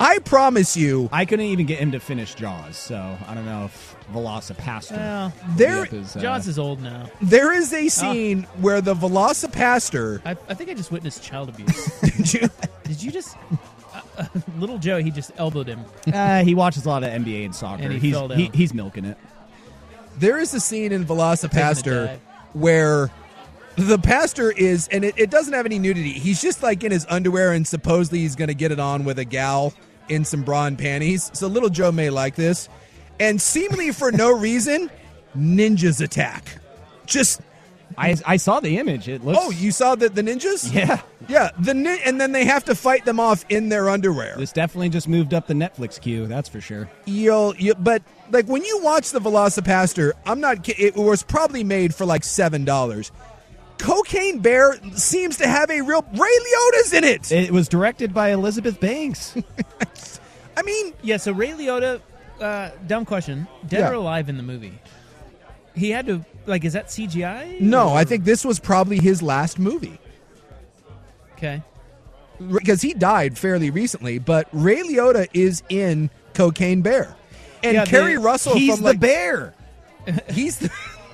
Speaker 2: I promise you,
Speaker 11: I couldn't even get him to finish Jaws, so I don't know if Velocipaster.
Speaker 9: Well,
Speaker 11: will
Speaker 2: There-
Speaker 11: be up his, uh, Oh.
Speaker 9: Jaws is old now.
Speaker 2: there is a scene where the Velocipaster.
Speaker 9: I, I think I just witnessed child abuse.
Speaker 2: Did you-
Speaker 9: Did you just uh, uh, little Joe? He just elbowed him.
Speaker 11: uh, he watches a lot of NBA and soccer.
Speaker 9: And he
Speaker 11: he's
Speaker 9: fell down.
Speaker 11: He, he's milking it.
Speaker 2: There is a scene in
Speaker 9: Taking a
Speaker 2: Velocipaster
Speaker 9: dive.
Speaker 2: where the pastor is, and it, it doesn't have any nudity. He's just like in his underwear, and supposedly he's going to get it on with a gal in some bra and panties. So little Joe may like this. And seemingly for no reason, ninjas attack. Just,
Speaker 11: I I saw the image. It looks.
Speaker 2: oh, you saw the, the ninjas?
Speaker 11: yeah.
Speaker 2: Yeah, the nin- and then they have to fight them off in their underwear.
Speaker 11: This definitely just moved up the Netflix queue. That's for sure.
Speaker 2: You'll, you, but like when you watch the Velocipaster, I'm not. ki- It was probably made for like seven dollars. Cocaine Bear seems to have a real Ray Liotta's in it.
Speaker 11: It was directed by Elizabeth Banks.
Speaker 2: I mean,
Speaker 9: Yeah. So Ray Liotta. Uh, dumb question. Dead
Speaker 2: Yeah.
Speaker 9: or alive in the movie? He had to like. Is that CGI?
Speaker 2: no,
Speaker 9: Or-
Speaker 2: I think this was probably his last movie
Speaker 9: Okay.
Speaker 2: because he died fairly recently. But Ray Liotta is in Cocaine Bear, and
Speaker 9: Yeah,
Speaker 2: Kerry
Speaker 9: the-
Speaker 2: Russell
Speaker 11: he's
Speaker 2: from
Speaker 11: the
Speaker 2: like
Speaker 11: bear.
Speaker 2: he's the,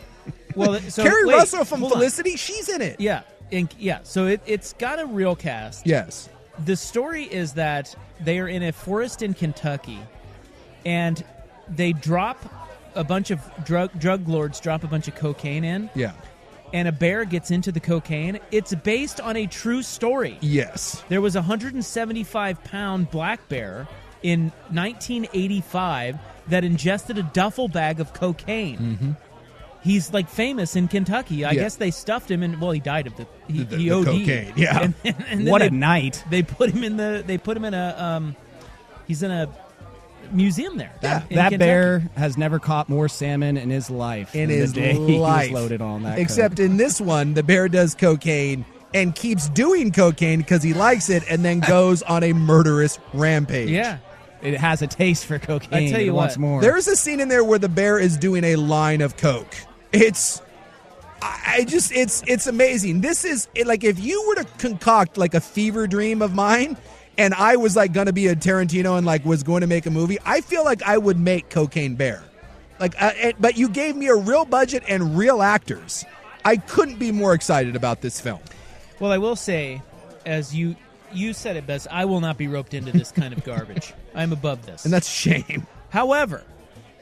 Speaker 9: Well, so
Speaker 2: Kerry
Speaker 9: wait,
Speaker 2: Russell from
Speaker 9: hold on.
Speaker 2: Felicity. She's in it.
Speaker 9: Yeah. And, yeah. So it, it's got a real cast.
Speaker 2: Yes.
Speaker 9: The story is that they are in a forest in Kentucky and they drop a bunch of drug drug lords drop a bunch of cocaine in
Speaker 2: Yeah.
Speaker 9: and a bear gets into the cocaine. It's based on a true story.
Speaker 2: Yes.
Speaker 9: There was a 175 pound black bear in 1985 that ingested a duffel bag of cocaine.
Speaker 11: Mm-hmm.
Speaker 9: He's like famous in Kentucky. I
Speaker 2: Yeah.
Speaker 9: guess they stuffed him and well, he died of the he,
Speaker 2: The-
Speaker 9: he
Speaker 2: the
Speaker 9: OD'd.
Speaker 2: cocaine, yeah.
Speaker 9: And, then- and then
Speaker 11: What
Speaker 9: they,
Speaker 11: a night.
Speaker 9: They put him in the they put him in a um, he's in a museum there.
Speaker 2: That-
Speaker 9: in
Speaker 11: that
Speaker 9: Kentucky.
Speaker 11: bear has never caught more salmon in his life.
Speaker 2: in
Speaker 11: than
Speaker 2: his
Speaker 11: the day he was
Speaker 2: life.
Speaker 11: loaded on that.
Speaker 2: Except in this one, the bear does cocaine and keeps doing cocaine because he likes it, and then goes on a murderous rampage.
Speaker 9: Yeah.
Speaker 11: coke. it has a taste for cocaine.
Speaker 9: I tell you
Speaker 11: It wants
Speaker 9: what,
Speaker 11: more.
Speaker 2: There's a scene in there where the bear is doing a line of coke. It's I I just it's it's amazing. This is it, like if you were to concoct like a fever dream of mine and I was like going to be a Tarantino and like was going to make a movie, I feel like I would make Cocaine Bear. Like uh, it, but you gave me a real budget and real actors. I couldn't be more excited about this film.
Speaker 9: Well, I will say, as you you said it best, I will not be roped into this kind of garbage. I'm above this.
Speaker 2: And that's a shame.
Speaker 9: However,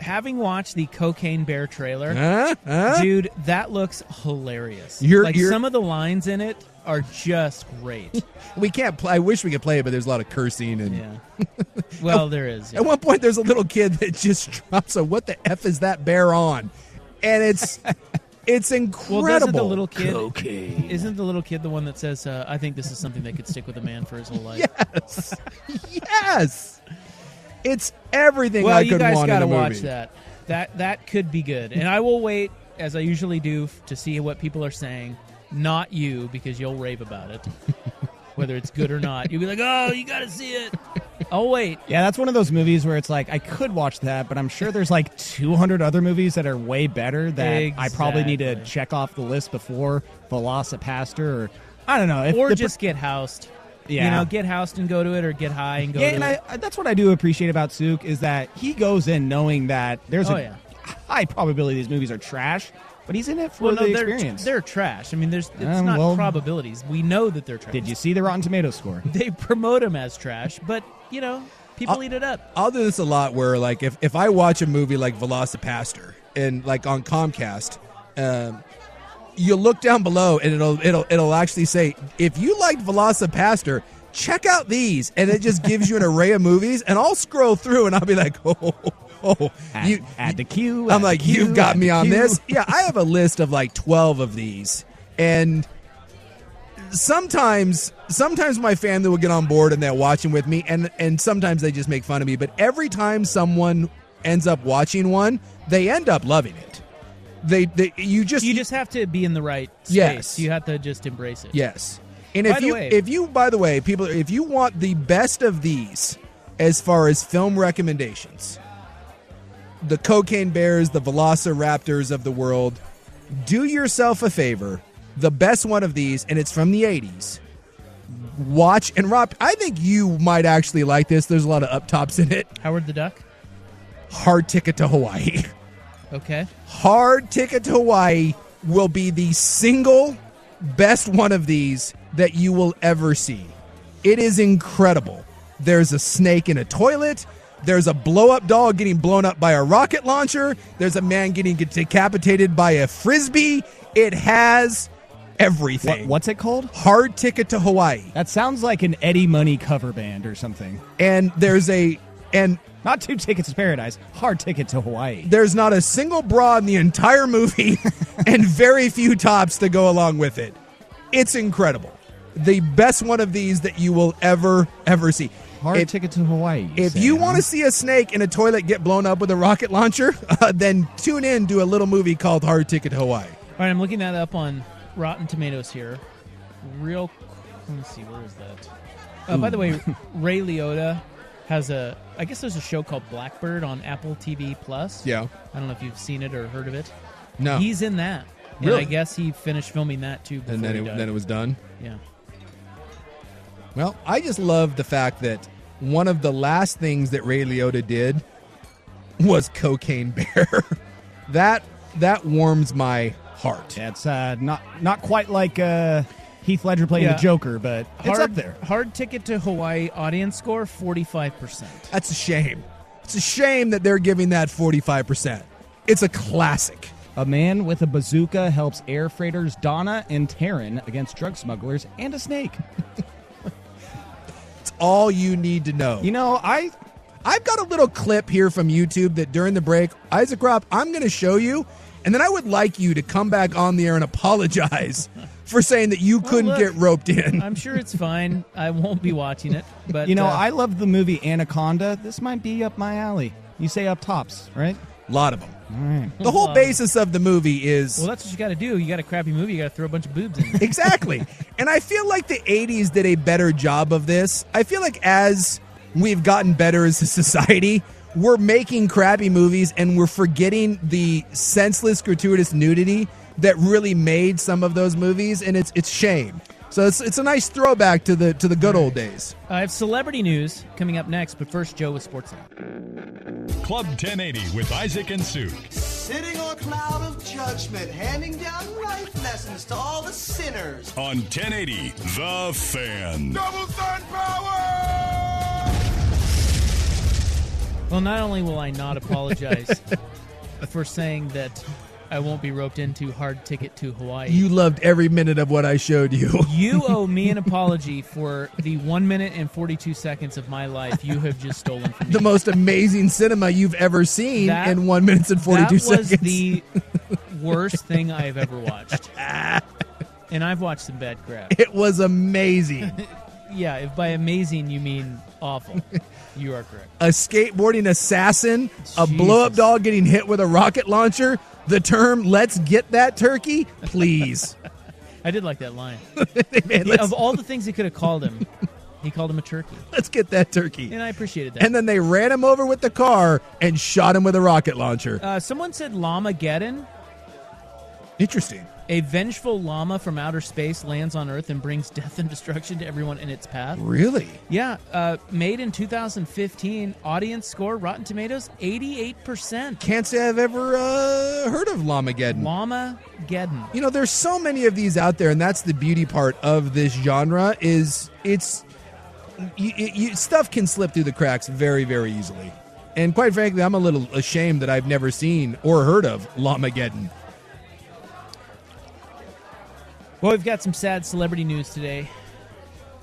Speaker 9: having watched the Cocaine Bear trailer,
Speaker 2: Huh? Huh?
Speaker 9: dude, that looks hilarious.
Speaker 2: You're-
Speaker 9: like
Speaker 2: you're-
Speaker 9: some of the lines in it are just great.
Speaker 2: We can't play. I wish we could play it, but there's a lot of cursing and
Speaker 9: yeah. Well, there is. yeah.
Speaker 2: At one point, there's a little kid that just drops a "What the f is that bear on?" and it's it's incredible.
Speaker 9: Well, doesn't the little kid? Isn't the little kid the one that says, uh, "I think this is something that could stick with a man for his whole life"?
Speaker 2: yes, yes, it's everything
Speaker 9: Well,
Speaker 2: I
Speaker 9: you
Speaker 2: could
Speaker 9: guys
Speaker 2: want
Speaker 9: gotta
Speaker 2: in a
Speaker 9: watch
Speaker 2: movie.
Speaker 9: that. That that could be good, and I will wait as I usually do f- to see what people are saying. Not you, because you'll rave about it, whether it's good or not. You'll be like, "Oh, you got to see it." I'll wait.
Speaker 11: yeah, that's one of those movies where it's like I could watch that, but I'm sure there's like 200 other movies that are way better that I probably need to
Speaker 9: Exactly.
Speaker 11: check off the list before Velocipaster or I don't know. If
Speaker 9: or
Speaker 11: the-
Speaker 9: just get housed. You
Speaker 11: Yeah.
Speaker 9: know, get housed and go to it, or get high and go
Speaker 11: yeah,
Speaker 9: to
Speaker 11: and
Speaker 9: it.
Speaker 11: I, I- that's what I do appreciate about Sook is that he goes in knowing that there's
Speaker 9: Oh,
Speaker 11: a
Speaker 9: yeah.
Speaker 11: high probability these movies are trash, but he's in it for
Speaker 9: well,
Speaker 11: the
Speaker 9: no, they're,
Speaker 11: experience.
Speaker 9: they're trash. I mean, there's it's
Speaker 11: Um,
Speaker 9: not
Speaker 11: well-
Speaker 9: probabilities. We know that they're trash.
Speaker 11: Did you see the Rotten Tomatoes score?
Speaker 9: They promote them as trash, but you know, people
Speaker 11: Uh,
Speaker 2: I'll-
Speaker 9: eat it up.
Speaker 2: I'll do this a lot where like if, if I watch a movie like Velocipaster and like on Comcast, um,
Speaker 7: you look down below and it'll it'll it'll actually say if you liked Velocipaster, check out these, and it just gives you an array of movies. And I'll scroll through and I'll be like, oh. Oh,
Speaker 9: Add-
Speaker 7: you
Speaker 9: add the queue.
Speaker 7: I'm
Speaker 9: add
Speaker 7: like,
Speaker 9: the queue,
Speaker 7: you've got
Speaker 9: add
Speaker 7: me
Speaker 9: the
Speaker 7: on
Speaker 9: queue."
Speaker 7: this. Yeah, I have a list of like 12 of these, and sometimes sometimes my family will get on board and they're watching with me and and sometimes they just make fun of me but every time someone ends up watching one they end up loving it they, they you just
Speaker 11: you just have to be in the right space.
Speaker 7: Yes.
Speaker 11: You have to just embrace it.
Speaker 7: yes and
Speaker 11: By
Speaker 7: if
Speaker 11: the
Speaker 7: you
Speaker 11: way-
Speaker 7: if you by the way people if you want the best of these as far as film recommendations the cocaine bears the velociraptors of the world do yourself a favor the best one of these and it's from the 80s watch and rob i think you might actually like this there's a lot of up tops in it
Speaker 11: Howard the Duck.
Speaker 7: hard ticket to hawaii
Speaker 11: Okay.
Speaker 7: hard ticket to hawaii will be the single best one of these that you will ever see it is incredible there's a snake in a toilet there's a blow-up doll getting blown up by a rocket launcher there's a man getting decapitated by a frisbee it has everything
Speaker 9: what's it called
Speaker 7: hard ticket to hawaii
Speaker 9: That sounds like an Eddie Money cover band or something.
Speaker 7: and there's a and
Speaker 9: not two tickets to paradise, hard ticket to Hawaii.
Speaker 7: There's not a single bra in the entire movie and very few tops to go along with it. It's incredible. The best one of these that you will ever, ever see.
Speaker 9: Hard
Speaker 7: If-
Speaker 9: ticket to Hawaii.
Speaker 7: if you want to see a snake in a toilet get blown up with a rocket launcher, uh, then tune in to a little movie called Hard Ticket to Hawaii.
Speaker 11: All right, I'm looking that up on Rotten Tomatoes here. Real, qu- let me see, where is that? Uh, by the
Speaker 9: Ooh.
Speaker 11: way,
Speaker 7: Hmm.
Speaker 11: Ray Liotta has a. I guess there's a show called Blackbird on Apple TV Plus.
Speaker 7: Yeah.
Speaker 11: I don't know if you've seen it or heard of it.
Speaker 7: No.
Speaker 11: He's in that. And
Speaker 7: Really?
Speaker 11: I guess he finished filming that too. Before
Speaker 7: And then
Speaker 11: he
Speaker 7: it-
Speaker 11: died.
Speaker 7: then it was done?
Speaker 11: Yeah.
Speaker 7: Well, I just love the fact that one of the last things that Ray Liotta did was Cocaine Bear. that that warms my heart.
Speaker 9: Yeah, it's uh, not not quite like uh, Heath Ledger playing
Speaker 11: Yeah.
Speaker 9: the Joker, but it's
Speaker 11: Hard-
Speaker 9: up there.
Speaker 11: Hard ticket to Hawaii audience score 45%.
Speaker 7: That's a shame. It's a shame that they're giving that 45%. It's a classic.
Speaker 9: A man with a bazooka helps air freighters Donna and Taryn against drug smugglers and a snake.
Speaker 7: It's all you need to know. You
Speaker 9: know, I
Speaker 7: I've got a little clip here from YouTube that during the break, Isaac Rob, I'm going to show you and then I would like you to come back on the air and apologize for saying that you couldn't
Speaker 11: look,
Speaker 7: get roped in.
Speaker 11: I'm sure it's fine. I won't be watching it. But
Speaker 9: you know,
Speaker 11: uh,
Speaker 9: I love the movie Anaconda. This might be up my alley. You say up tops, right?
Speaker 7: A lot of them. The
Speaker 11: Wow.
Speaker 7: whole basis of the movie is
Speaker 11: Well, that's what you got to do. You got a crappy movie. You got to throw a bunch of boobs in. There.
Speaker 7: exactly. and I feel like the 80s did a better job of this. I feel like as we've gotten better as a society, we're making crappy movies and we're forgetting the senseless gratuitous nudity that really made some of those movies and it's it's shame. So it's, it's a nice throwback to the to the good old days.
Speaker 11: I have celebrity news coming up next, but first, Joe with Sportsnet.
Speaker 2: Club 1080 with Isaac and Suk.
Speaker 14: Sitting on a cloud of judgment, handing down life lessons to all the sinners.
Speaker 2: On 1080, The Fan.
Speaker 11: Well, not only will I not apologize for saying that I won't be roped into hard ticket to Hawaii.
Speaker 7: You loved every minute of what I showed you.
Speaker 11: You owe me an apology for the one minute and 42 seconds of my life you have just stolen from me.
Speaker 7: the most amazing cinema you've ever seen
Speaker 11: That-
Speaker 7: in 1 minutes and 42
Speaker 11: that was
Speaker 7: seconds.
Speaker 11: the worst thing I have ever watched. and I've watched some bad crap.
Speaker 7: it was amazing.
Speaker 11: Yeah, if by amazing you mean awful, you are correct.
Speaker 7: a skateboarding assassin, a blow up doll getting hit with a rocket launcher. The term "Let's get that turkey," please.
Speaker 11: I did like that line. He-
Speaker 7: Man, let's-
Speaker 11: of all the things he could have called him, he called him a turkey.
Speaker 7: Let's get that turkey.
Speaker 11: And I appreciated that.
Speaker 7: And then they ran him over with the car and shot him with a rocket launcher.
Speaker 11: uh, someone said Llama Geddon.
Speaker 7: Interesting.
Speaker 11: A vengeful llama from outer space lands on Earth and brings death and destruction to everyone in its path.
Speaker 7: Really?
Speaker 11: Yeah. Uh, made in 2015. Audience score Rotten Tomatoes 88%.
Speaker 7: Can't say I've ever uh, heard of Lamageddon.
Speaker 11: Llama Geddon.
Speaker 7: You know, there's so many of these out there, and that's the beauty part of this genre is it's you, you, you- stuff can slip through the cracks very, very easily. And quite frankly, I'm a little ashamed that I've never seen or heard of Lamageddon.
Speaker 11: Well, we've got some sad celebrity news today.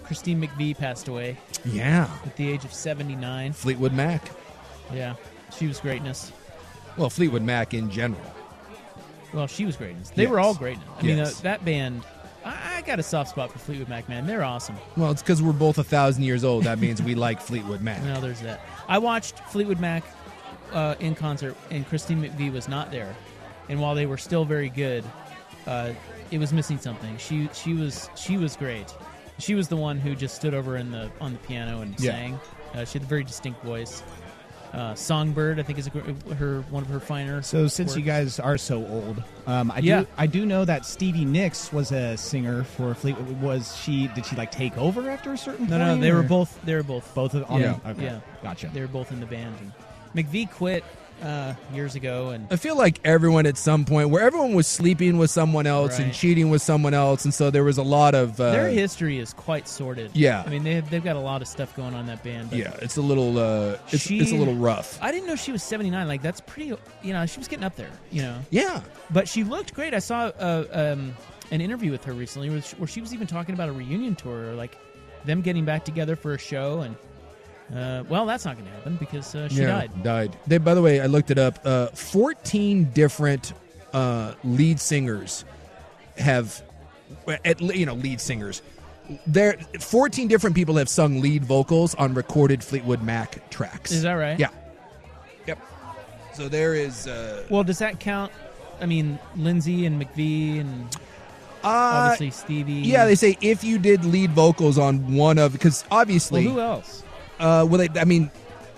Speaker 11: Christine McVie passed away.
Speaker 7: Yeah.
Speaker 11: At the age of 79.
Speaker 7: Fleetwood Mac.
Speaker 11: Yeah. She was greatness.
Speaker 7: Well, Fleetwood Mac in general.
Speaker 11: Well, she was greatness. They
Speaker 7: Yes.
Speaker 11: were all greatness. I mean, uh,
Speaker 7: Yes.
Speaker 11: that band, I, I got a soft spot for Fleetwood Mac, man. They're awesome.
Speaker 7: Well, it's because we're both a thousand years old. That means we like Fleetwood Mac.
Speaker 11: Now there's that. I watched Fleetwood Mac uh, in concert, and Christine McVie was not there. And while they were still very good, uh, it was missing something. She she was she was great. She was the one who just stood over in the on the piano and
Speaker 7: Yeah.
Speaker 11: sang. Uh, she had a very distinct voice. Uh, Songbird, I think, is a, gr- her one of her finer.
Speaker 2: So since you
Speaker 11: works.
Speaker 2: guys are so old, um, I
Speaker 11: Yeah.
Speaker 2: do I do know that Stevie Nicks was a singer for Fleetwood. Was she? Did she like take over after a certain?
Speaker 11: No, no,
Speaker 2: point,
Speaker 11: they were
Speaker 2: or-
Speaker 11: both. They were both
Speaker 2: Both of- on
Speaker 11: yeah.
Speaker 2: the- okay.
Speaker 11: yeah,
Speaker 2: Gotcha.
Speaker 11: They were both in the band. And McVie quit uh, years ago, and
Speaker 7: I feel like everyone at some point, where everyone was sleeping with someone else and
Speaker 11: Right.
Speaker 7: cheating with someone else, and so there was a lot of uh,
Speaker 11: their history is quite sordid.
Speaker 7: yeah.
Speaker 11: I mean they they've got a lot of stuff going on in that band. But
Speaker 7: yeah, it's a little, uh, it's,
Speaker 11: she-
Speaker 7: it's a little rough.
Speaker 11: I didn't know she was seventy nine. Like that's pretty. You know, she was getting up there. You know.
Speaker 7: Yeah.
Speaker 11: But she looked great. I saw uh, um, an interview with her recently where she, where she was even talking about a reunion tour, or like them getting back together for a show. And uh, well, that's not going to happen because uh, she
Speaker 7: Yeah,
Speaker 11: died.
Speaker 7: Died. They, by the way, I looked it up. Uh, Fourteen different uh, lead singers have, at le- you know, lead singers. There, fourteen different people have sung lead vocals on recorded Fleetwood Mac tracks.
Speaker 11: Is that right?
Speaker 7: Yeah. Yep. So there is. Uh,
Speaker 11: Well, does that count? I mean, Lindsay and McVie and
Speaker 7: Uh,
Speaker 11: obviously Stevie.
Speaker 7: Yeah, they say if you did lead vocals on one of because
Speaker 11: Well,
Speaker 7: obviously
Speaker 11: who else?
Speaker 7: Uh, well, they, I mean,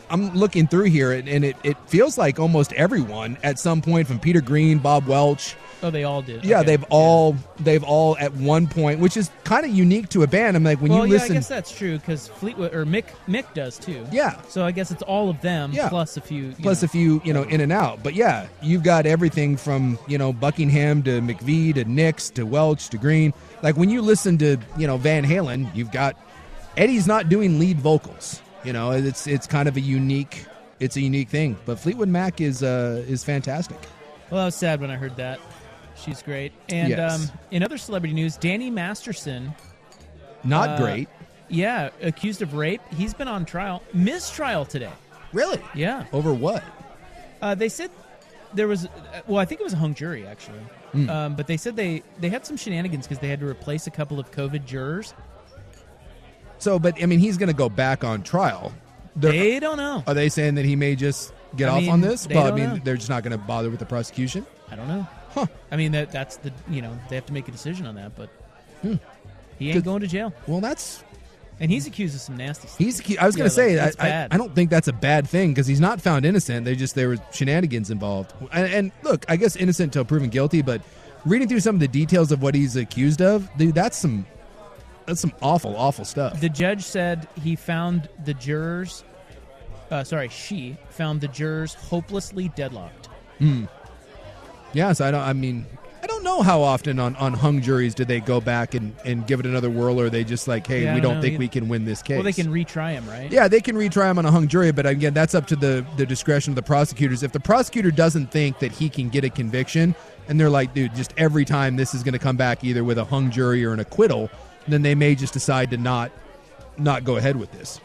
Speaker 7: I'm looking through here and, and it, it feels like almost everyone at some point from Peter Green, Bob Welch.
Speaker 11: Oh, they all did.
Speaker 7: Yeah,
Speaker 11: Okay.
Speaker 7: they've all they've all at one point, which is kind of unique to a band. I'm like when
Speaker 11: well,
Speaker 7: you
Speaker 11: yeah,
Speaker 7: listen,
Speaker 11: I guess that's true because Fleetwood or Mick Mick does too.
Speaker 7: Yeah.
Speaker 11: So I guess it's all of them
Speaker 7: Yeah.
Speaker 11: plus a few. you
Speaker 7: plus
Speaker 11: know.
Speaker 7: a few you know in and out. But yeah, you've got everything from you know Buckingham to McVie to Nix to Welch to Green. Like when you listen to you know Van Halen, you've got Eddie's not doing lead vocals. You know, it's it's kind of a unique it's a unique thing. But Fleetwood Mac is uh is fantastic.
Speaker 11: Well, I was sad when I heard that. She's great. And
Speaker 7: Yes.
Speaker 11: um, in other celebrity news, Danny Masterson.
Speaker 7: Not
Speaker 11: uh,
Speaker 7: great.
Speaker 11: Yeah, accused of rape. He's been on trial, mistrial today.
Speaker 7: Really?
Speaker 11: Yeah.
Speaker 7: Over what?
Speaker 11: Uh, they said there was, uh, well, I think it was a hung jury actually.
Speaker 7: Hmm.
Speaker 11: Um, but they said they they had some shenanigans because they had to replace a couple of COVID jurors.
Speaker 7: So, but I mean, he's going to go back on trial. They're-
Speaker 11: They don't know.
Speaker 7: Are they saying that he may just get
Speaker 11: I
Speaker 7: off
Speaker 11: mean,
Speaker 7: on this?
Speaker 11: they
Speaker 7: Well, I
Speaker 11: don't
Speaker 7: mean,
Speaker 11: know.
Speaker 7: they're just not going to bother with the prosecution.
Speaker 11: I don't know. Huh. I mean that that's the you know they have to make a decision on that, but he ain't
Speaker 7: Hmm. Good.
Speaker 11: going to jail.
Speaker 7: Well, that's
Speaker 11: and he's accused of some nasty stuff.
Speaker 7: He's. I was
Speaker 11: Yeah,
Speaker 7: going to say,
Speaker 11: like, that's
Speaker 7: I, I,
Speaker 11: bad.
Speaker 7: I don't think that's a bad thing because he's not found innocent. They just there were shenanigans involved. And, and look, I guess innocent until proven guilty. But reading through some of the details of what he's accused of, dude, that's some that's some awful, awful stuff.
Speaker 11: The judge said he found the jurors, uh, sorry, she found the jurors hopelessly deadlocked.
Speaker 7: Hmm. Yeah. So I don't. I mean, I don't know how often on on hung juries do they go back and and give it another whirl, or are they just like, hey,
Speaker 11: Yeah, I
Speaker 7: we
Speaker 11: don't
Speaker 7: don't
Speaker 11: know
Speaker 7: think
Speaker 11: either.
Speaker 7: we can win this case.
Speaker 11: Well, they can retry him, right?
Speaker 7: Yeah, they can retry him on a hung jury, but again, that's up to the, the discretion of the prosecutors. If the prosecutor doesn't think that he can get a conviction, and they're like, dude, just every time this is going to come back either with a hung jury or an acquittal, then they may just decide to not not go ahead with this.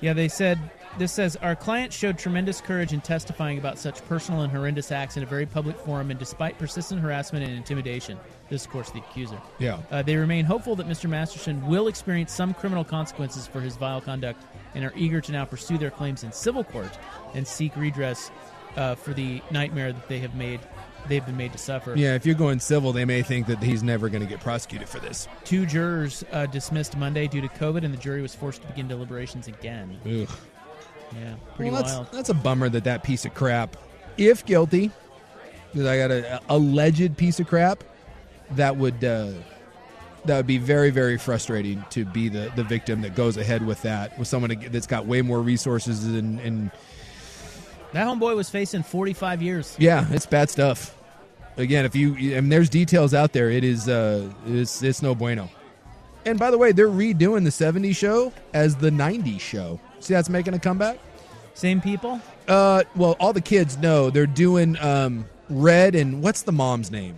Speaker 11: Yeah, they said this says our client showed tremendous courage in testifying about such personal and horrendous acts in a very public forum, and despite persistent harassment and intimidation, this of course the accuser.
Speaker 7: Yeah.
Speaker 11: Uh, they remain hopeful that Mr. Masterson will experience some criminal consequences for his vile conduct and are eager to now pursue their claims in civil court and seek redress uh, for the nightmare that they have made they've been made to suffer.
Speaker 7: Yeah, if you're going civil, they may think that he's never going to get prosecuted for this.
Speaker 11: Two jurors uh, dismissed Monday due to COVID, and the jury was forced to begin deliberations again.
Speaker 7: Ugh.
Speaker 11: Yeah, pretty
Speaker 7: well,
Speaker 11: wild.
Speaker 7: that's, that's a bummer that that piece of crap, if guilty, because I got a, a alleged piece of crap, that would uh, that would be very very frustrating to be the the victim that goes ahead with that with someone that's got way more resources and and
Speaker 11: That homeboy was facing 45 years.
Speaker 7: yeah, it's bad stuff. Again, if you and there's details out there, it is uh, it's it's no bueno. And by the way, they're redoing the '70s show as the '90s show. See, that's making a comeback.
Speaker 11: Same people.
Speaker 7: Uh, well, all the kids know they're doing um, Red and what's the mom's name?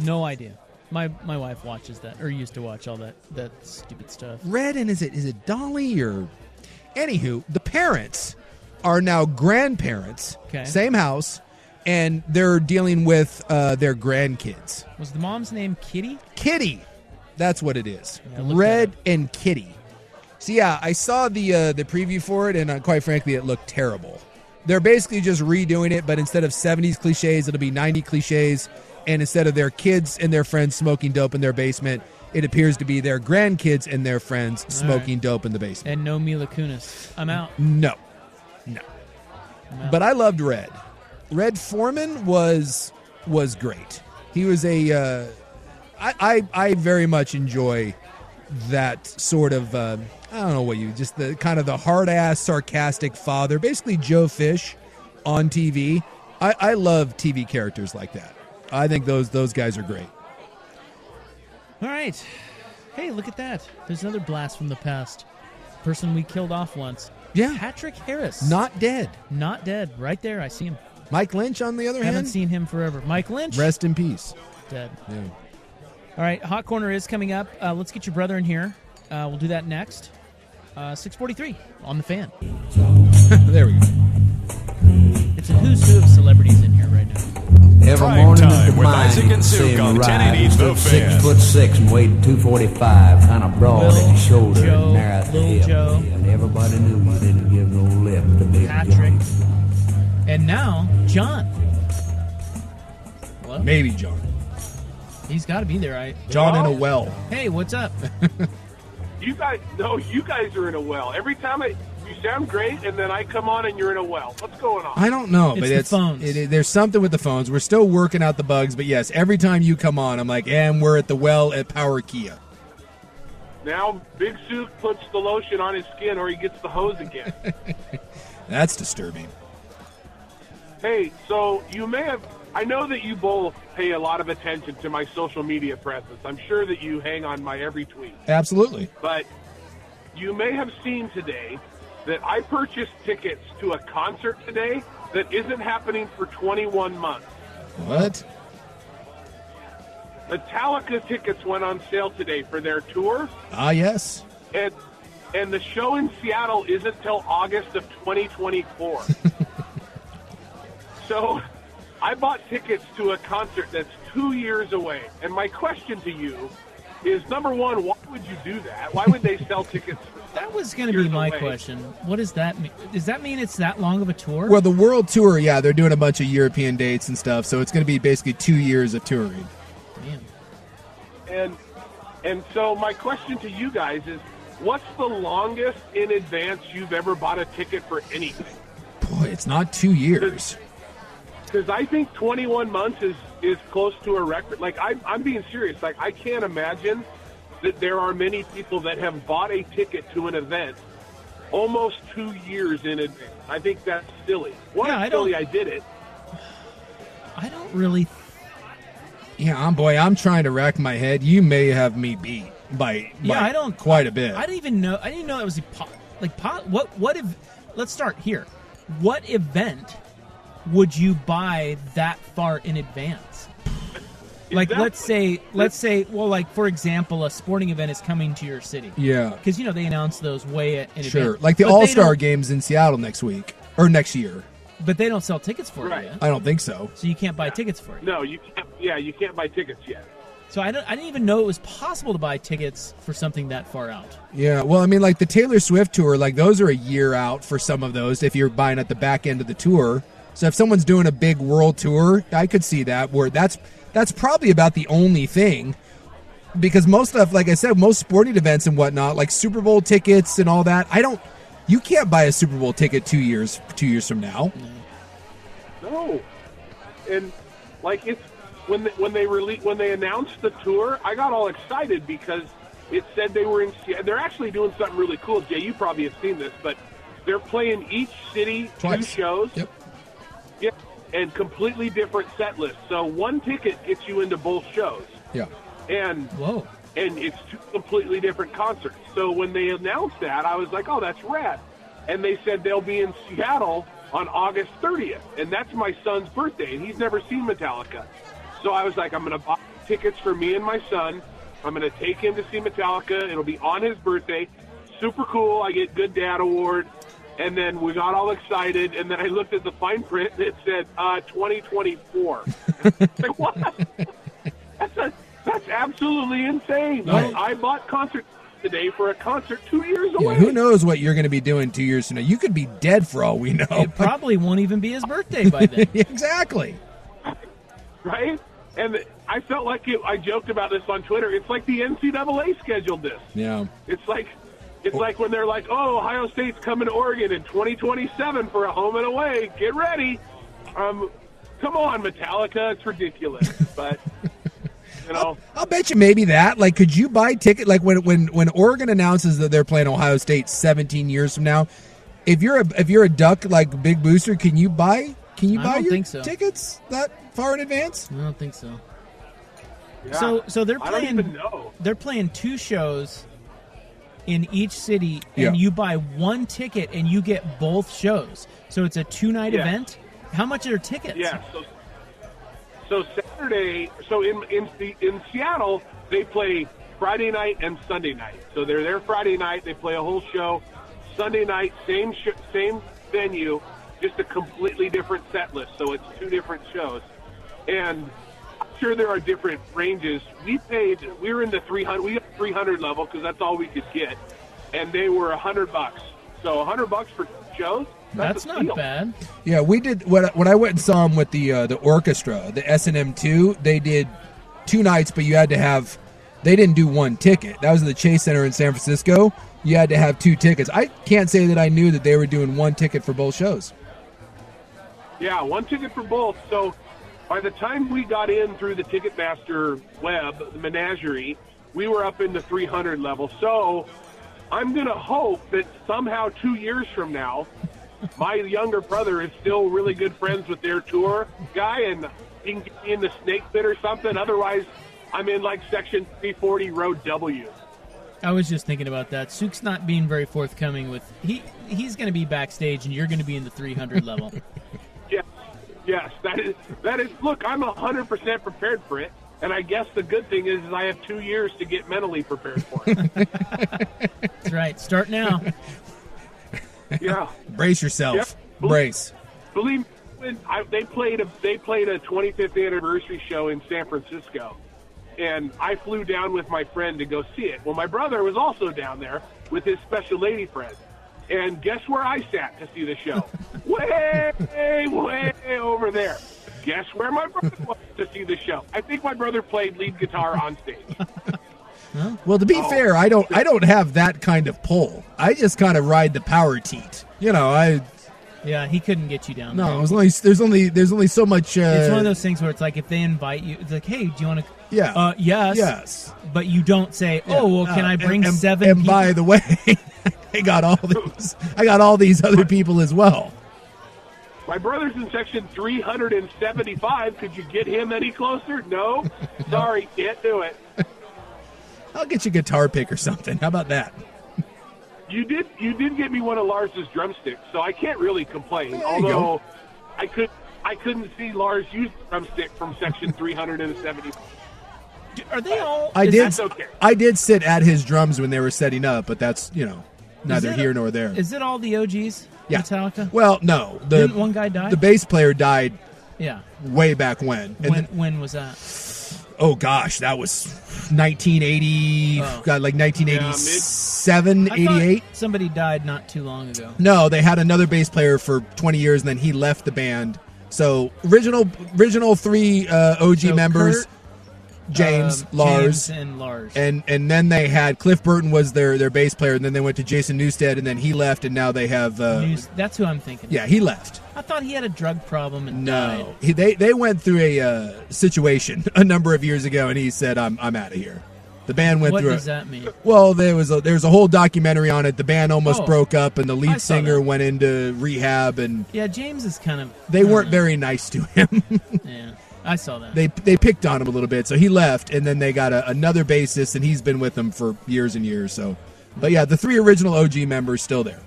Speaker 11: No idea. My my wife watches that or used to watch all that that stupid stuff.
Speaker 2: Red and is it is it Dolly or? Anywho, the parents are now grandparents.
Speaker 11: Okay.
Speaker 2: Same house, and they're dealing with uh, their grandkids.
Speaker 11: Was the mom's name Kitty?
Speaker 2: Kitty, that's what it is.
Speaker 11: Yeah, I looked
Speaker 2: Red and Kitty. So yeah, I saw the uh, the preview for it, and uh, quite frankly, it looked terrible. They're basically just redoing it, but instead of 70s cliches, it'll be 90 cliches. And instead of their kids and their friends smoking dope in their basement, it appears to be their grandkids and their friends smoking dope in the basement.
Speaker 11: And no Mila Kunis. I'm out.
Speaker 2: No, no. But I loved Red. Red Foreman was was great. He was a. Uh, I, I I very much enjoy that sort of. Uh, I don't know what you just the kind of the hard ass sarcastic father, basically Joe Fish, on TV. I, I love TV characters like that. I think those those guys are great.
Speaker 11: All right. Hey, look at that. There's another blast from the past. Person we killed off once.
Speaker 2: Yeah.
Speaker 11: Patrick Harris.
Speaker 2: Not dead.
Speaker 11: Not dead. Right there. I see him.
Speaker 2: Mike Lynch, on the other
Speaker 11: Haven't
Speaker 2: hand,
Speaker 11: seen him forever. Mike Lynch.
Speaker 2: rest in peace.
Speaker 11: Dead.
Speaker 2: Yeah.
Speaker 11: All right. Hot corner is coming up. Uh, let's get your brother in here. Uh, we'll do that next. Uh, 6:43 on the fan.
Speaker 2: there we go.
Speaker 11: It's a who's who of celebrities in here right now.
Speaker 7: Every
Speaker 15: Prime
Speaker 7: morning
Speaker 15: time
Speaker 7: at the
Speaker 15: with Isaac
Speaker 7: mine,
Speaker 15: and Suk
Speaker 7: see
Speaker 15: on
Speaker 7: him
Speaker 15: 1080 The
Speaker 7: ride. Stood six
Speaker 15: Fan.
Speaker 7: foot six and weighed 245, kind of broad
Speaker 11: Lil
Speaker 7: at the shoulder
Speaker 11: Joe,
Speaker 7: and narrow at the
Speaker 11: Lil
Speaker 7: hip.
Speaker 11: Joe.
Speaker 7: And everybody knew you didn't give no lip to Big
Speaker 11: Patrick.
Speaker 7: John.
Speaker 11: And now John. Hello?
Speaker 2: Maybe John.
Speaker 11: He's got to be there, right?
Speaker 2: John in a well.
Speaker 11: Hey, what's up?
Speaker 9: You guys, no, you guys are in a well. Every time I, you sound great, and then I come on and you're in a well. What's going on?
Speaker 2: I don't know,
Speaker 9: It's
Speaker 2: but
Speaker 9: the
Speaker 2: it's
Speaker 9: phones.
Speaker 2: It, it- there's something with the phones. We're still working out the bugs, but yes, every time you come on, I'm like, and we're at the well at Power Kia.
Speaker 9: Now Big Sue puts the lotion on his skin, or he gets the hose again.
Speaker 2: That's disturbing.
Speaker 9: hey, so you may have. I know that you both pay a lot of attention to my social media presence. I'm sure that you hang on my every tweet.
Speaker 2: Absolutely.
Speaker 9: But you may have seen today that I purchased tickets to a concert today that isn't happening for 21 months.
Speaker 2: What?
Speaker 9: Metallica tickets went on sale today for their tour,
Speaker 2: Ah, yes.
Speaker 9: and and the show in Seattle isn't till August of 2024. so, I bought tickets to a concert that's two years away. And my question to you is: number one, why would you do that? Why would they sell tickets?
Speaker 11: That was going to be my question. What does that mean? Does that mean it's that long of a tour?
Speaker 2: Well, the world tour, yeah, they're doing a bunch of European dates and stuff, so it's going to be basically two years of touring.
Speaker 9: And and so my question to you guys is: what's the longest in advance you've ever bought a ticket for anything?
Speaker 2: Boy, it's not two years.
Speaker 9: Because I think 21 months is is close to a record. Like I'm, I'm being serious. Like I can't imagine that there are many people that have bought a ticket to an event almost two years in advance. I think that's silly. One, it's silly I did it.
Speaker 11: I don't really.
Speaker 2: Yeah, I'm boy. I'm trying to rack my head. You may have me beat by,
Speaker 11: yeah,
Speaker 2: by
Speaker 11: I don't
Speaker 2: quite a bit.
Speaker 11: I didn't even know. I didn't know that was a po- like po- what what if? Let's start here. What event would you buy that far in advance? Like let's say let's say well like for example a sporting event is coming to your city.
Speaker 2: Yeah.
Speaker 11: Because you know they announce those way in advance.
Speaker 2: sure, like the
Speaker 11: But they
Speaker 2: All Star
Speaker 11: don't-
Speaker 2: games in Seattle next week or next year.
Speaker 11: But they don't sell tickets for it yet.
Speaker 2: I don't think so.
Speaker 11: So you can't buy tickets for it.
Speaker 9: No, you can't. Yeah, you can't buy tickets yet.
Speaker 11: So I don't I didn't even know it was possible to buy tickets for something that far out.
Speaker 2: Yeah, well, I mean, like the Taylor Swift tour, like those are a year out for some of those if you're buying at the back end of the tour. So if someone's doing a big world tour, I could see that where that's that's probably about the only thing because most stuff, like I said, most sporting events and whatnot, like Super Bowl tickets and all that, I don't. You can't buy a Super Bowl ticket two years two years from now.
Speaker 9: No, and like it's when they, when they release when they announced the tour, I got all excited because it said they were in. Se- They're actually doing something really cool. Jay, you probably have seen this, but they're playing each city two shows. Yep. Yep. And completely different set lists. So one ticket gets you into both shows,
Speaker 2: Yeah.
Speaker 9: and
Speaker 11: whoa,
Speaker 9: and it's two completely different concerts. So when they announced that, I was like, oh, that's rad. And they said they'll be in Seattle on August 30th, and that's my son's birthday, and he's never seen Metallica. So I was like, I'm going to buy tickets for me and my son. I'm going to take him to see Metallica. It'll be on his birthday. Super cool. I get good dad award. And then we got all excited. And then I looked at the fine print and it said uh, 2024. like, what? That's, a, that's absolutely insane.
Speaker 11: Right.
Speaker 9: I, I bought concert today for a concert two years
Speaker 11: Yeah,
Speaker 9: away.
Speaker 11: who knows what you're going to be doing two years from now? You could be dead for all we know.
Speaker 7: It probably won't even be his birthday by then.
Speaker 11: exactly.
Speaker 9: right? And I felt like it, I joked about this on Twitter. It's like the NCAA scheduled this.
Speaker 11: Yeah.
Speaker 9: It's like it's like when they're like, "Oh, Ohio State's coming to Oregon in 2027 for a home and away. Get ready." Um, come on, Metallica. It's ridiculous, but you know,
Speaker 11: I'll bet you maybe that. Like, could you buy ticket? Like when when when Oregon announces that they're playing Ohio State 17 years from now, if you're a if you're a duck like big booster, can you buy can you
Speaker 7: I
Speaker 11: buy
Speaker 7: don't
Speaker 11: your
Speaker 7: think so.
Speaker 11: tickets that far in advance?
Speaker 7: I don't think so. So so they're
Speaker 9: I don't
Speaker 7: playing
Speaker 9: even know.
Speaker 7: they're playing two shows in each city and
Speaker 11: Yeah.
Speaker 7: you buy one ticket and you get both shows. So it's a two night
Speaker 9: Yeah.
Speaker 7: event. How much are tickets?
Speaker 9: Yeah. So, so Saturday. So in in Se- in Seattle, they play Friday night and Sunday night. So they're there Friday night. They play a whole show. Sunday night, same sh- same venue, just a completely different set list. So it's two different shows, and I'm sure there are different ranges. We paid. We were in the three hundred. We got three hundred level because that's all we could get, and they were hundred bucks. So hundred bucks for shows.
Speaker 7: That's,
Speaker 9: a
Speaker 7: not
Speaker 9: steal.
Speaker 7: bad.
Speaker 11: Yeah, we did. When when I went and saw them with the uh, the orchestra, the S and M two, they did two nights, but you had to have. They didn't do one ticket. That was at the Chase Center in San Francisco. You had to have two tickets. I can't say that I knew that they were doing one ticket for both shows.
Speaker 9: Yeah, one ticket for both. So by the time we got in through the Ticketmaster web, the menagerie, we were up in the 300 level. So I'm going to hope that somehow two years from now, my younger brother is still really good friends with their tour guy and he can get me in the snake pit or something. Otherwise, I'm in like section 340, row W.
Speaker 7: I was just thinking about that. Sook's not being very forthcoming with he he's gonna be backstage and you're gonna be in the three hundred level.
Speaker 9: Yes, yes, that is that is. Look, I'm hundred percent prepared for it, and I guess the good thing is, is I have two years to get mentally prepared for it.
Speaker 7: That's right. Start now.
Speaker 9: yeah,
Speaker 11: Brace yourself.
Speaker 9: Yep.
Speaker 11: Brace.
Speaker 9: believe me, when I, they played a they played a 25th anniversary show in San Francisco, and I flew down with my friend to go see it. Well, my brother was also down there with his special lady friend. And guess where I sat to see the show? way, way over there. Guess where my brother was to see the show? I think my brother played lead guitar on stage.
Speaker 11: Well, to be
Speaker 9: Oh.
Speaker 11: fair, I don't I don't have that kind of pull. I just kind of ride the power teat. You know, I
Speaker 7: Yeah, he couldn't get you down there.
Speaker 11: no. There's only there's only there's only so much. Uh,
Speaker 7: It's one of those things where it's like if they invite you, it's like, hey, do you want to?
Speaker 11: Yeah.
Speaker 7: Uh, yes.
Speaker 11: Yes.
Speaker 7: But you don't say, oh, well, can
Speaker 11: Uh,
Speaker 7: I
Speaker 11: and-
Speaker 7: bring
Speaker 11: and,
Speaker 7: seven?
Speaker 11: And
Speaker 7: people?
Speaker 11: by the way, I got all these. I got all these other people as well.
Speaker 9: My brother's in section 375. Could you get him any closer? No. Sorry, can't do it.
Speaker 11: I'll get you a guitar pick or something. How about that?
Speaker 9: You did you did get me one of Lars's drumsticks, so I can't really complain.
Speaker 11: There you
Speaker 9: Although I could I couldn't see Lars use the drumstick from section 370.
Speaker 7: Are they all?
Speaker 11: I
Speaker 7: is
Speaker 11: did.
Speaker 9: That's okay.
Speaker 11: I did sit at his drums when they were setting up, but that's you know neither
Speaker 7: it-
Speaker 11: here nor there.
Speaker 7: Is it all the OGs?
Speaker 11: Yeah.
Speaker 7: Metallica.
Speaker 11: well, no. The,
Speaker 7: Didn't one guy die?
Speaker 11: The bass player died
Speaker 7: Yeah.
Speaker 11: way back when, and
Speaker 7: when
Speaker 11: then
Speaker 7: when was that?
Speaker 11: oh gosh, that was 1980,
Speaker 7: Oh.
Speaker 11: God, like 1987,
Speaker 7: I thought
Speaker 11: 88.
Speaker 7: Somebody died not too long ago.
Speaker 11: No, they had another bass player for 20 years, and then he left the band. So original original three uh, OG
Speaker 7: So
Speaker 11: members,
Speaker 7: Kurt,
Speaker 11: James,
Speaker 7: um,
Speaker 11: Lars,
Speaker 7: James and Lars.
Speaker 11: and and then they had Cliff Burton was their their bass player, and then they went to Jason Newstead, and then he left, and now they have uh,
Speaker 7: News- that's who I'm thinking.
Speaker 11: yeah, he left.
Speaker 7: I thought he had a drug problem and died.
Speaker 11: No, he, they they went through a uh, situation a number of years ago, and he said, "I'm I'm out of here." The band went
Speaker 7: What
Speaker 11: through.
Speaker 7: does
Speaker 11: a,
Speaker 7: that mean?
Speaker 11: Well, there was a, there was a whole documentary on it. The band almost
Speaker 7: Oh.
Speaker 11: broke up, and the
Speaker 7: I
Speaker 11: lead
Speaker 7: saw
Speaker 11: singer
Speaker 7: that.
Speaker 11: went into rehab, and
Speaker 7: Yeah, James is kind of.
Speaker 11: they weren't
Speaker 7: uh,
Speaker 11: very nice to him.
Speaker 7: Yeah, I saw that.
Speaker 11: they they picked on him a little bit, so he left, and then they got a, another bassist, and he's been with them for years and years. So, but yeah, the three original OG members still there,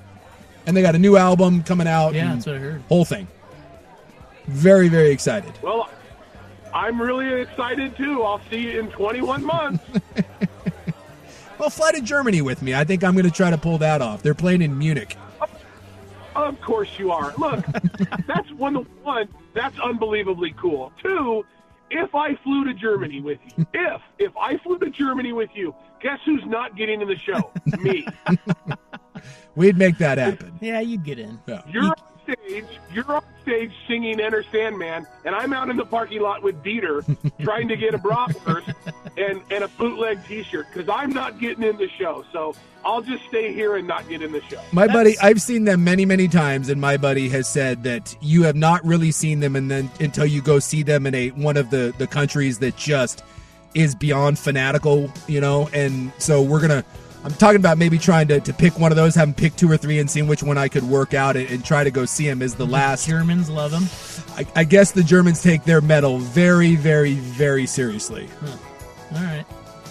Speaker 11: and they got a new album coming out.
Speaker 7: yeah,
Speaker 11: and
Speaker 7: that's what I heard.
Speaker 11: whole thing. Very very excited.
Speaker 9: Well, I'm really excited too. I'll see you in 21 months.
Speaker 11: Well, fly to Germany with me. I think I'm going to try to pull that off. They're playing in Munich.
Speaker 9: Of course you are. Look, that's one. One, that's unbelievably cool. Two, if I flew to Germany with you, if if I flew to Germany with you, guess who's not getting in the show? Me.
Speaker 11: We'd make that happen.
Speaker 7: Yeah, you'd get in.
Speaker 9: You're on stage. You're on stage singing "Enter Sandman," and I'm out in the parking lot with Dieter trying to get a bratwurst and and a bootleg T-shirt because I'm not getting in the show. So I'll just stay here and not get in the show.
Speaker 11: My buddy, I've seen them many, many times, and my buddy has said that you have not really seen them, and then until you go see them in a one of the the countries that just is beyond fanatical, you know. And so we're gonna. I'm talking about maybe trying to, to pick one of those, having picked two or three, and seeing which one I could work out and, and try to go see him. Is the last
Speaker 7: Germans love him?
Speaker 11: I, I guess the Germans take their medal very, very, very seriously.
Speaker 7: All right.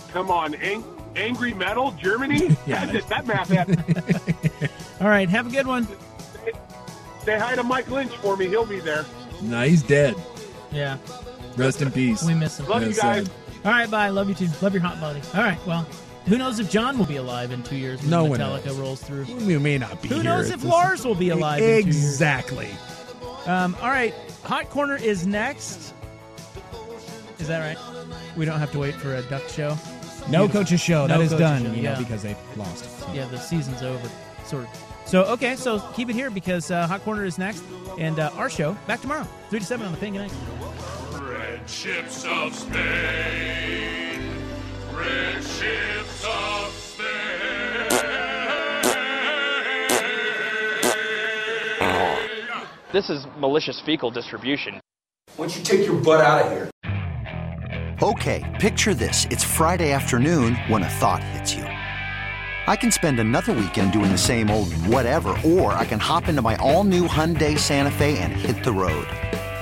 Speaker 9: Come on, ang- angry metal Germany.
Speaker 11: Yeah.
Speaker 9: That's it. That math happened.
Speaker 7: All right. Have a good one.
Speaker 9: Say hi to Mike Lynch for me. He'll be there.
Speaker 11: Nah, he's dead.
Speaker 7: Yeah.
Speaker 11: Rest in peace.
Speaker 7: We miss him.
Speaker 9: Love you
Speaker 11: That's
Speaker 9: guys.
Speaker 11: sad.
Speaker 7: All right. Bye. Love you too. Love your hot body. All right. Well, who knows if John will be alive in two years when
Speaker 11: No one
Speaker 7: Metallica
Speaker 11: knows.
Speaker 7: rolls through?
Speaker 11: We may not be
Speaker 7: Who
Speaker 11: here
Speaker 7: knows
Speaker 11: at
Speaker 7: if
Speaker 11: this-
Speaker 7: Lars will be alive? in two years?
Speaker 11: Exactly.
Speaker 7: Um, all right, Hot Corner is next. Is that right? We don't have to wait for a duck show.
Speaker 16: No
Speaker 7: Beautiful.
Speaker 16: coaches show.
Speaker 7: No
Speaker 16: that is
Speaker 7: coaches
Speaker 16: done,
Speaker 7: show,
Speaker 16: you
Speaker 7: yeah.
Speaker 16: know, because they lost. So.
Speaker 7: Yeah, the season's over, sort of. So okay, so keep it here because uh, Hot Corner is next, and uh, our show back tomorrow, three to seven on the Ping. Good night.
Speaker 17: Red ships of Spain. Red ships of
Speaker 18: This is malicious fecal distribution.
Speaker 19: Why don't you take your butt out of here?
Speaker 12: Okay, picture this. It's Friday afternoon when a thought hits you. I can spend another weekend doing the same old whatever, or I can hop into my all new Hyundai Santa Fe and hit the road.